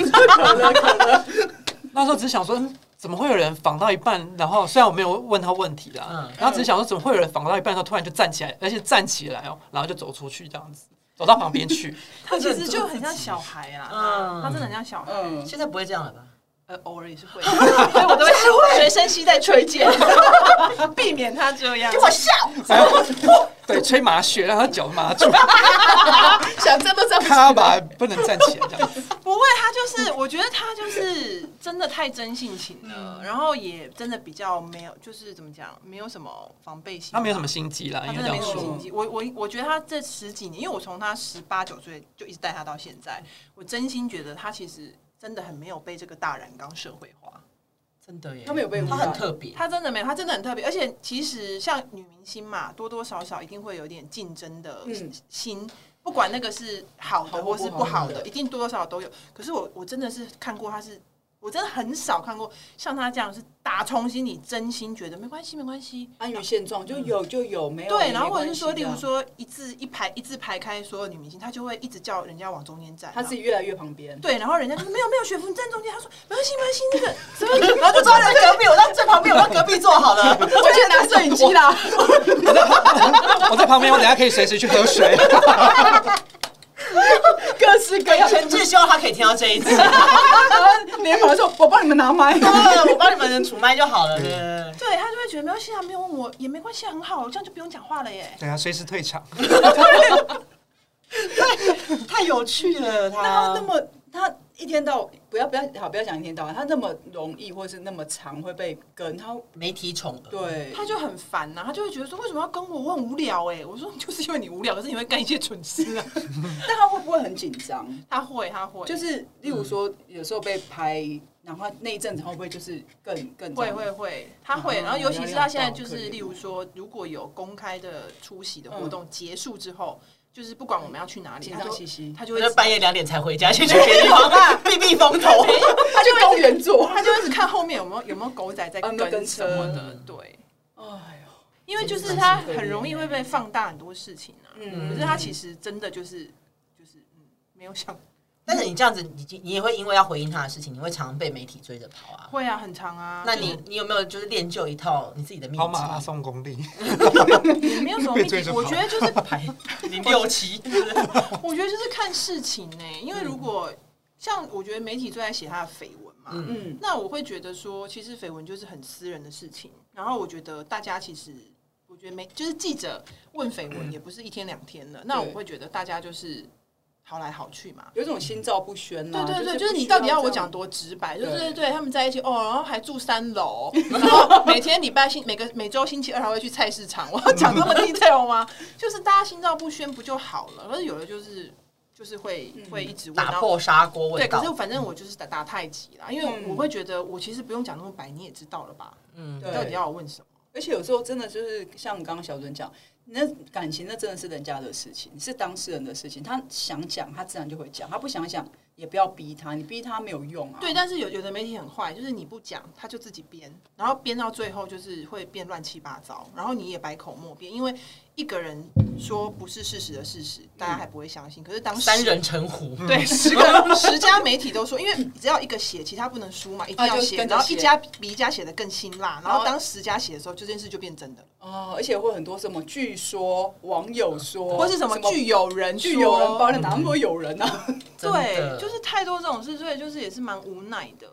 [SPEAKER 2] 那时候只是想说。嗯怎么会有人访到一半，然后虽然我没有问他问题啦，
[SPEAKER 3] 嗯
[SPEAKER 2] 然后只是想说怎么会有人访到一半，他突然就站起来，而且站起来哦，然后就走出去这样子，走到旁 边去，
[SPEAKER 4] 他其实就很像小孩啊，
[SPEAKER 3] 嗯
[SPEAKER 4] 他真的很像小孩，
[SPEAKER 1] 嗯，
[SPEAKER 3] 现在不会这样了吧？
[SPEAKER 4] 呃，偶尔也是会， 所以我都会随身携带吹剑， 避免他这样。
[SPEAKER 3] 笑，
[SPEAKER 2] 然后对吹麻雀，让他脚麻 住，
[SPEAKER 1] 想站都站不起
[SPEAKER 2] 他
[SPEAKER 1] 来。
[SPEAKER 2] 吧不能站起来这样子。
[SPEAKER 4] 不会，他就是，我觉得他就是真的太真性情了，
[SPEAKER 2] 嗯
[SPEAKER 4] 然后也真的比较没有，就是怎么讲，没有什么防备心，
[SPEAKER 2] 他没有什么，心机啦，
[SPEAKER 4] 他
[SPEAKER 2] 应
[SPEAKER 4] 真
[SPEAKER 2] 该这
[SPEAKER 4] 的没什
[SPEAKER 2] 样
[SPEAKER 4] 么心
[SPEAKER 2] 说。
[SPEAKER 4] 机。我我我觉得他这十几年，因为我从他十八九岁就一直带他到现在，我真心觉得他其实真的很没有被这个大染缸社会化。
[SPEAKER 3] 真的耶，
[SPEAKER 1] 他们有被污
[SPEAKER 3] 他
[SPEAKER 1] 染
[SPEAKER 3] 很特别，
[SPEAKER 4] 她真的没有，她真的很特别，而且其实像女明星嘛，多多少少一定会有点竞争的
[SPEAKER 1] 嗯
[SPEAKER 4] 心，不管那个是好
[SPEAKER 1] 好
[SPEAKER 4] 的
[SPEAKER 1] 或
[SPEAKER 4] 或是
[SPEAKER 1] 不
[SPEAKER 4] 不好
[SPEAKER 1] 好
[SPEAKER 4] 的，
[SPEAKER 1] 的
[SPEAKER 4] 一定多多少少都有。可是我我真的是看过，她是我真的很少看过像她这样是打从心里真心觉得没关系，没关系。
[SPEAKER 1] 安于现状，就有就有，没有
[SPEAKER 4] 对，
[SPEAKER 1] 也
[SPEAKER 4] 然后
[SPEAKER 1] 没
[SPEAKER 4] 或者是
[SPEAKER 1] 关系
[SPEAKER 4] 说，例如
[SPEAKER 1] 这样，
[SPEAKER 4] 说一字一排一字排开所有女明星，她就会一直叫人家往中间站，
[SPEAKER 1] 他自己越来越旁边。
[SPEAKER 4] 对，然后人家就说没有没有，雪芙 你站中间，她说没关系没关系，那个什 么
[SPEAKER 3] 然后就坐在隔壁，我到最旁边，我到隔壁坐好 了。
[SPEAKER 1] 我去拿摄影机啦，
[SPEAKER 2] 我在旁边，我等下可以随时去喝 水。
[SPEAKER 1] 各式各样。
[SPEAKER 3] 陈志希望他可以听到这一 集，
[SPEAKER 1] 然后连忙说：“我帮你们拿 麦。
[SPEAKER 4] 啊
[SPEAKER 3] 我帮你们嗯除麦就好了。对对对
[SPEAKER 4] 对他就会觉得没关系啊，没有问我也没关系啊，很好，这样就不用讲话了耶。
[SPEAKER 2] 等啊下随时退场。
[SPEAKER 3] 对太有趣了，”
[SPEAKER 1] 他
[SPEAKER 3] 他
[SPEAKER 1] 那么他一天到不要不要好不要讲一天到晚，他那么容易或是那么长会被跟他
[SPEAKER 4] 哦
[SPEAKER 3] 媒体宠儿，
[SPEAKER 1] 对
[SPEAKER 4] 他就很烦呐、他就会觉得说为什么要跟我，我很无聊哎、我说就是因为你无聊，可是你会干一些蠢事啊。
[SPEAKER 1] 但他会不会很紧张？
[SPEAKER 4] 他会，他会，
[SPEAKER 1] 就是是例如说，有时候被拍，然后那一阵子会不会就是更更
[SPEAKER 4] 会会会，他会。
[SPEAKER 1] 嗯
[SPEAKER 4] 然后尤其是他现在就
[SPEAKER 1] 我了解
[SPEAKER 4] 是，例如说，如果有公开的出席的活动结束之后，就是不管我们要去哪里，
[SPEAKER 1] 紧
[SPEAKER 4] 他
[SPEAKER 1] 张
[SPEAKER 4] 就
[SPEAKER 1] 兮兮？
[SPEAKER 4] 他就
[SPEAKER 3] 我
[SPEAKER 4] 会
[SPEAKER 3] 就半夜两点才回家，先去别地方避避风头。
[SPEAKER 1] 他去公园坐，
[SPEAKER 4] 他就会一直看后面有没有有没有狗仔在
[SPEAKER 1] 啊 有没有跟
[SPEAKER 4] 跟什么
[SPEAKER 1] 车
[SPEAKER 4] 的，对。
[SPEAKER 1] 哎呦，
[SPEAKER 4] 因为就是他很容易会被放大很多事情啊，
[SPEAKER 1] 嗯
[SPEAKER 4] 可是他其实真的就是就是嗯没有想
[SPEAKER 3] 但是你这样子，你你也会因为要回应他的事情，你会常被媒体追着跑啊。
[SPEAKER 4] 会啊，很长啊。
[SPEAKER 3] 那
[SPEAKER 4] 就是
[SPEAKER 3] 你你有没有就是练就一套你自己的秘籍
[SPEAKER 2] 跑？马拉松功力，
[SPEAKER 4] 也没有 什么秘
[SPEAKER 2] 被追
[SPEAKER 4] 籍，
[SPEAKER 2] 着
[SPEAKER 4] 我
[SPEAKER 2] 跑
[SPEAKER 4] 觉得就是排，
[SPEAKER 3] 零六七，
[SPEAKER 4] 我觉得就是看事情呢、因为如果像我觉得媒体最爱写他的绯闻嘛，
[SPEAKER 3] 嗯
[SPEAKER 1] 嗯，
[SPEAKER 4] 那我会觉得说，其实绯闻就是很私人的事情。然后我觉得大家其实，我觉得没，就是记者问绯闻也不是一天两天了。那我会觉得大家就是好来好去嘛。
[SPEAKER 1] 有一种心照不宣啦。
[SPEAKER 4] 对对对，
[SPEAKER 1] 啊不
[SPEAKER 4] 就是
[SPEAKER 1] 需
[SPEAKER 4] 你到底要
[SPEAKER 1] 这
[SPEAKER 4] 我
[SPEAKER 1] 样
[SPEAKER 4] 讲多直白？对
[SPEAKER 1] 对
[SPEAKER 4] 对对，他们在一起哦，然后还住三 楼，然后每天礼拜星每个每周星期二还会去菜市场，我要讲这么 detail 吗？就是大家心照不宣不就好了？可是有的就是就是会
[SPEAKER 1] 嗯
[SPEAKER 4] 会一直问，然
[SPEAKER 3] 打
[SPEAKER 4] 后
[SPEAKER 3] 破砂锅
[SPEAKER 4] 对，
[SPEAKER 3] 问
[SPEAKER 4] 可
[SPEAKER 3] 到
[SPEAKER 4] 是。反正我就是打打太极啦，因为
[SPEAKER 1] 嗯
[SPEAKER 4] 我会觉得我其实不用讲那么白，你也知道了吧？
[SPEAKER 3] 嗯，
[SPEAKER 1] 对
[SPEAKER 4] 到底要我问什么？
[SPEAKER 1] 而且有时候真的就是像刚刚小尊讲，那感情那真的是人家的事情，是当事人的事情。他想讲，他自然就会讲；他不想讲，也不要逼他，你逼他没有用啊。
[SPEAKER 4] 对，但是有有的媒体很坏，就是你不讲，他就自己编，然后编到最后就是会变乱七八糟，然后你也百口莫辩，因为一个人说不是事实的事实，大家还不会相信。可是当
[SPEAKER 3] 三
[SPEAKER 4] 十
[SPEAKER 3] 人成虎，
[SPEAKER 4] 对十个十家媒体都说，因为只要一个写，其他不能输嘛，一定
[SPEAKER 1] 啊
[SPEAKER 4] 要
[SPEAKER 1] 就
[SPEAKER 4] 写，
[SPEAKER 1] 跟着
[SPEAKER 4] 然后
[SPEAKER 1] 写
[SPEAKER 4] 一家比一家写的更辛辣，然
[SPEAKER 1] 然
[SPEAKER 4] 后
[SPEAKER 1] 后
[SPEAKER 4] 当十家写的时候，这件事就变真的了，
[SPEAKER 1] 哦，而且会很多什么据说、网友说，
[SPEAKER 4] 或是什么具有人
[SPEAKER 1] 据有人
[SPEAKER 4] 说
[SPEAKER 1] 帮了哪那么多有人啊？
[SPEAKER 3] 真的
[SPEAKER 4] 对，就是太多这种事，所以就是也是蛮无奈的。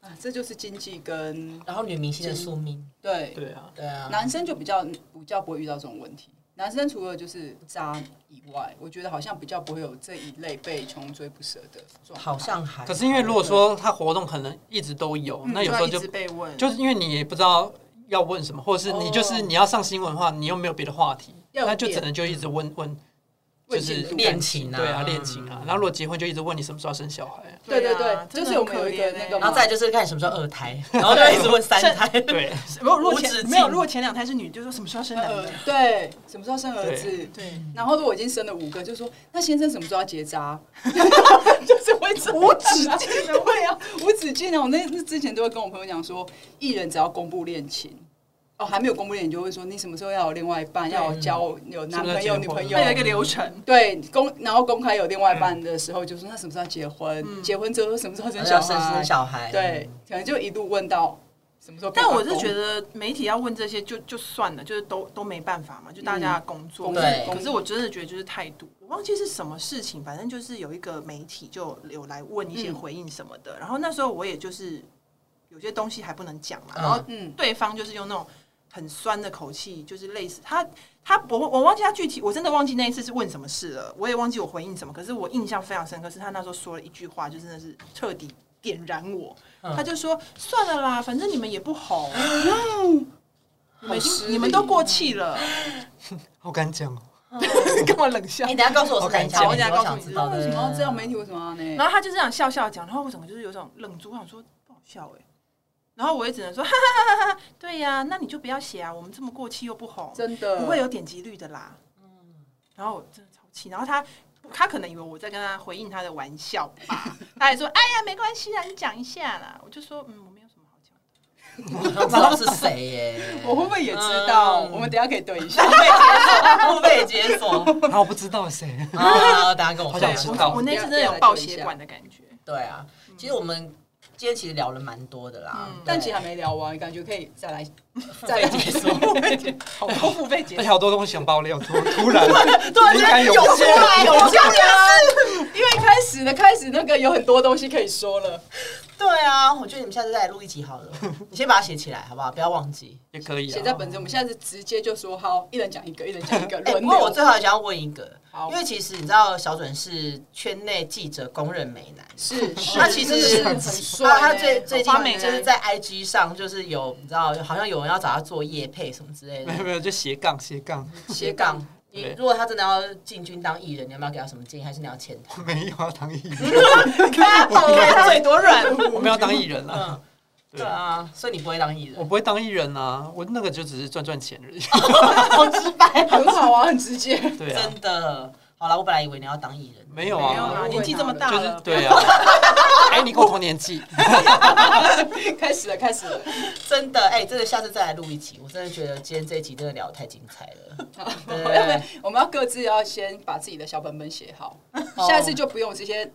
[SPEAKER 1] 啊，这就是经济跟
[SPEAKER 3] 然后女明星的宿命，
[SPEAKER 1] 对
[SPEAKER 2] 对啊，
[SPEAKER 3] 对啊，
[SPEAKER 1] 男生就比较比较不会遇到这种问题。男生除了就是渣以外，我觉得好像比较不会有这一类被穷追不舍的状态。
[SPEAKER 3] 好像还
[SPEAKER 2] 可是因为如果说他活动可能一直都有，那有时候
[SPEAKER 4] 就要嗯啊一
[SPEAKER 2] 就
[SPEAKER 4] 直被问，
[SPEAKER 2] 就是因为你也不知道要问什么，或者是你就是你要上新闻的话，你又没有别的话题，
[SPEAKER 1] 要有
[SPEAKER 2] 那就只
[SPEAKER 1] 点
[SPEAKER 2] 能就一直问问，
[SPEAKER 1] 问
[SPEAKER 2] 就是
[SPEAKER 1] 进度
[SPEAKER 3] 恋情啊
[SPEAKER 2] 对啊，恋情啊。然后如果结婚就一直问你什么时候要生小孩，
[SPEAKER 1] 对对
[SPEAKER 4] 对啊
[SPEAKER 1] 对，就是我们有一
[SPEAKER 4] 真的
[SPEAKER 1] 个
[SPEAKER 4] 很可怜
[SPEAKER 1] 那
[SPEAKER 4] 欸
[SPEAKER 1] 个
[SPEAKER 3] 然
[SPEAKER 1] 嘛，
[SPEAKER 3] 后再来就是看什么时候二胎，然后就一直问三胎，
[SPEAKER 2] 对，
[SPEAKER 4] 如果如果
[SPEAKER 3] 无止
[SPEAKER 4] 前
[SPEAKER 3] 境
[SPEAKER 4] 没有，如果前两胎是女，就说什么时候生男
[SPEAKER 1] 呃
[SPEAKER 4] 的？，
[SPEAKER 1] 对，什么时候生儿子？
[SPEAKER 4] 对，
[SPEAKER 1] 然后如果已经生了五个，就说那先生什么时候要结扎？ 就是会无止境的，会啊， 无止境的。我那那之前都会跟我朋友讲说，艺人只要公布恋情，哦，还没有公布恋情，就会说你什么时候要有另外一半，要有交有男朋友、
[SPEAKER 2] 是不是要结婚
[SPEAKER 1] 女朋友
[SPEAKER 4] 会。有一个流程。
[SPEAKER 1] 对公，然后公开有另外一半的时候，就说那什么时候要结婚？结婚之后什么时候生
[SPEAKER 3] 然后
[SPEAKER 1] 小
[SPEAKER 3] 要生
[SPEAKER 1] 孩？
[SPEAKER 3] 生小孩，
[SPEAKER 1] 对，可能就一路问到什么时候变
[SPEAKER 4] 但
[SPEAKER 1] 老公。
[SPEAKER 4] 我是觉得媒体要问这些就就算了，就是都都没办法嘛，就大家的工作。
[SPEAKER 1] 公
[SPEAKER 3] 对
[SPEAKER 1] 公
[SPEAKER 4] 可是我真的觉得就是态度，我忘记是什么事情，反正就是有一个媒体就有来问一些
[SPEAKER 1] 嗯
[SPEAKER 4] 回应什么的。然后那时候我也就是有些东西还不能讲嘛，
[SPEAKER 3] 嗯
[SPEAKER 4] 然后
[SPEAKER 1] 嗯，
[SPEAKER 4] 对方就是用那种很酸的口气，就是类似他他我我忘记他具体，我真的忘记那一次是问什么事了，我也忘记我回应什么，可是我印象非常深刻，是他那时候说了一句话，就真的是彻底点燃我。
[SPEAKER 3] 嗯
[SPEAKER 4] 他就说算了啦，反正你们也不红，
[SPEAKER 1] 好失
[SPEAKER 4] 你们已经
[SPEAKER 1] 礼
[SPEAKER 4] 你们都过气了，
[SPEAKER 2] 好敢讲哦。
[SPEAKER 4] 干嘛冷笑
[SPEAKER 3] 哎，？你等一下告诉我是哪一家，
[SPEAKER 4] 我等一下
[SPEAKER 3] 我
[SPEAKER 4] 告
[SPEAKER 3] 想
[SPEAKER 4] 诉
[SPEAKER 3] 知
[SPEAKER 4] 你
[SPEAKER 1] 那
[SPEAKER 3] 道的。
[SPEAKER 1] 为什么要这样？媒体为什么要呢？
[SPEAKER 4] 然后他就这样笑笑讲，然后我整个就是有种愣住，我想说不好笑哎、然后我也只能说哈哈哈哈哈，对呀、那你就不要写啊，我们这么过气又不红，
[SPEAKER 1] 真的
[SPEAKER 2] 呃
[SPEAKER 4] 不会有点击率的啦。嗯然后我真的超气，然后他他可能以为我在跟他回应他的玩笑 吧，他还说：“哎呀，没关系啦，你讲一下啦。”我就说：“嗯，我没有什么好讲。
[SPEAKER 3] 我想知道是谁耶？
[SPEAKER 1] 我会不会也知道？
[SPEAKER 3] 嗯
[SPEAKER 1] 我们等一下可以对一下。
[SPEAKER 3] 不被解锁，不被解
[SPEAKER 2] 然后我不知道谁，
[SPEAKER 3] 锁啊！大家跟我
[SPEAKER 2] 好
[SPEAKER 3] 分
[SPEAKER 2] 想
[SPEAKER 3] 享
[SPEAKER 2] 知。道”
[SPEAKER 4] 我那次真的有爆血管的感觉，
[SPEAKER 3] 对啊，其实我们今天其实聊了蛮多的啦
[SPEAKER 4] 嗯，
[SPEAKER 1] 但其实还没聊完，感觉可以再 来再
[SPEAKER 3] 被
[SPEAKER 1] 来
[SPEAKER 3] 解
[SPEAKER 1] 解
[SPEAKER 3] 锁
[SPEAKER 1] 说。
[SPEAKER 4] 好多付费节
[SPEAKER 2] 而且
[SPEAKER 4] 目，
[SPEAKER 2] 好多东西想爆料，突突然突
[SPEAKER 3] 间
[SPEAKER 2] 有
[SPEAKER 3] 涌出来
[SPEAKER 2] 有
[SPEAKER 1] 这样因为开始的开始那个有很多东西可以说了，
[SPEAKER 3] 对啊，我觉得你们下次再来录一集好了，你先把它写起来好不好？不要忘记。
[SPEAKER 2] 也可以
[SPEAKER 1] 写在
[SPEAKER 2] 啊。
[SPEAKER 1] 本子。我们现在是直接就说好，一人讲一个，一人讲一 个，
[SPEAKER 3] 哎、
[SPEAKER 1] 轮
[SPEAKER 3] 不过我
[SPEAKER 1] 流。
[SPEAKER 3] 最后想要问一个，
[SPEAKER 1] 好
[SPEAKER 3] 因为其实你知道小准是圈内记者公认美男，
[SPEAKER 1] 是，是
[SPEAKER 3] 他其实
[SPEAKER 1] 真的
[SPEAKER 3] 他
[SPEAKER 1] 很帅欸。
[SPEAKER 3] 他最最
[SPEAKER 4] 花美
[SPEAKER 3] 近
[SPEAKER 4] 男
[SPEAKER 3] 就是在 IG 上就是有你知道，好像有人要找他做夜配什么之类
[SPEAKER 2] 没有
[SPEAKER 3] 的
[SPEAKER 2] 没有，就斜杠斜杠，
[SPEAKER 3] 斜杠。你
[SPEAKER 2] 对
[SPEAKER 3] 如果他真的要进军当艺人，你要不要给他什么建议？还是你要 签他？
[SPEAKER 2] 没有要当艺人，
[SPEAKER 4] 你看他嘴多软，
[SPEAKER 2] 我们要当艺人啊。
[SPEAKER 3] 对啊，所以你不会当艺
[SPEAKER 2] 我
[SPEAKER 3] 人。
[SPEAKER 2] 不会当艺人啊，我那个就只是赚赚钱而已。
[SPEAKER 1] 很好啊，很直接。
[SPEAKER 2] 对啊，
[SPEAKER 3] 真的，好了，我本来以为你要当艺人，
[SPEAKER 2] 没有
[SPEAKER 4] 没有啦，
[SPEAKER 2] 啊，
[SPEAKER 4] 年纪这么大
[SPEAKER 2] 就
[SPEAKER 4] 了
[SPEAKER 2] 是，对啊。哎，你跟我同年纪，
[SPEAKER 1] 开始了，开始了。
[SPEAKER 3] 真的，哎、真的，下次再来录一集。我真的觉得今天这一集真的聊得太精彩了。
[SPEAKER 1] 我
[SPEAKER 3] 嗯
[SPEAKER 1] 们我们要各自要先把自己的小本本写好，下一次就不用这些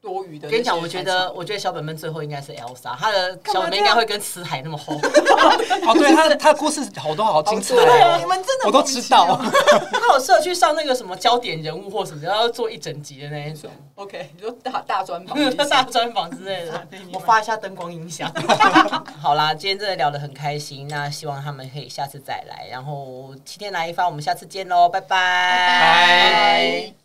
[SPEAKER 1] 多余的那些
[SPEAKER 3] 哦跟
[SPEAKER 1] 财
[SPEAKER 3] 你
[SPEAKER 1] 产。
[SPEAKER 3] 讲，我觉得，我觉得小本本最后应该是 Elsa，她的
[SPEAKER 4] 嘛
[SPEAKER 3] 小本本应该会跟辞海那么 厚。
[SPEAKER 2] 哦，对他他的故事好多好精彩
[SPEAKER 3] 啊
[SPEAKER 1] 好多
[SPEAKER 4] 对，啊
[SPEAKER 2] 哦，
[SPEAKER 4] 你们真的
[SPEAKER 2] 我都知道。
[SPEAKER 3] 她有适合去上那个什么焦点人物或什么，然后做一整集的那一 种，
[SPEAKER 1] OK，你说大大专房
[SPEAKER 3] 大专访之类 的。我发一下灯光音响。 好啦，今天真的聊得很开心，那希望他们可以下次再来。然后七天来一发，我们下次见喽，拜拜
[SPEAKER 1] 拜。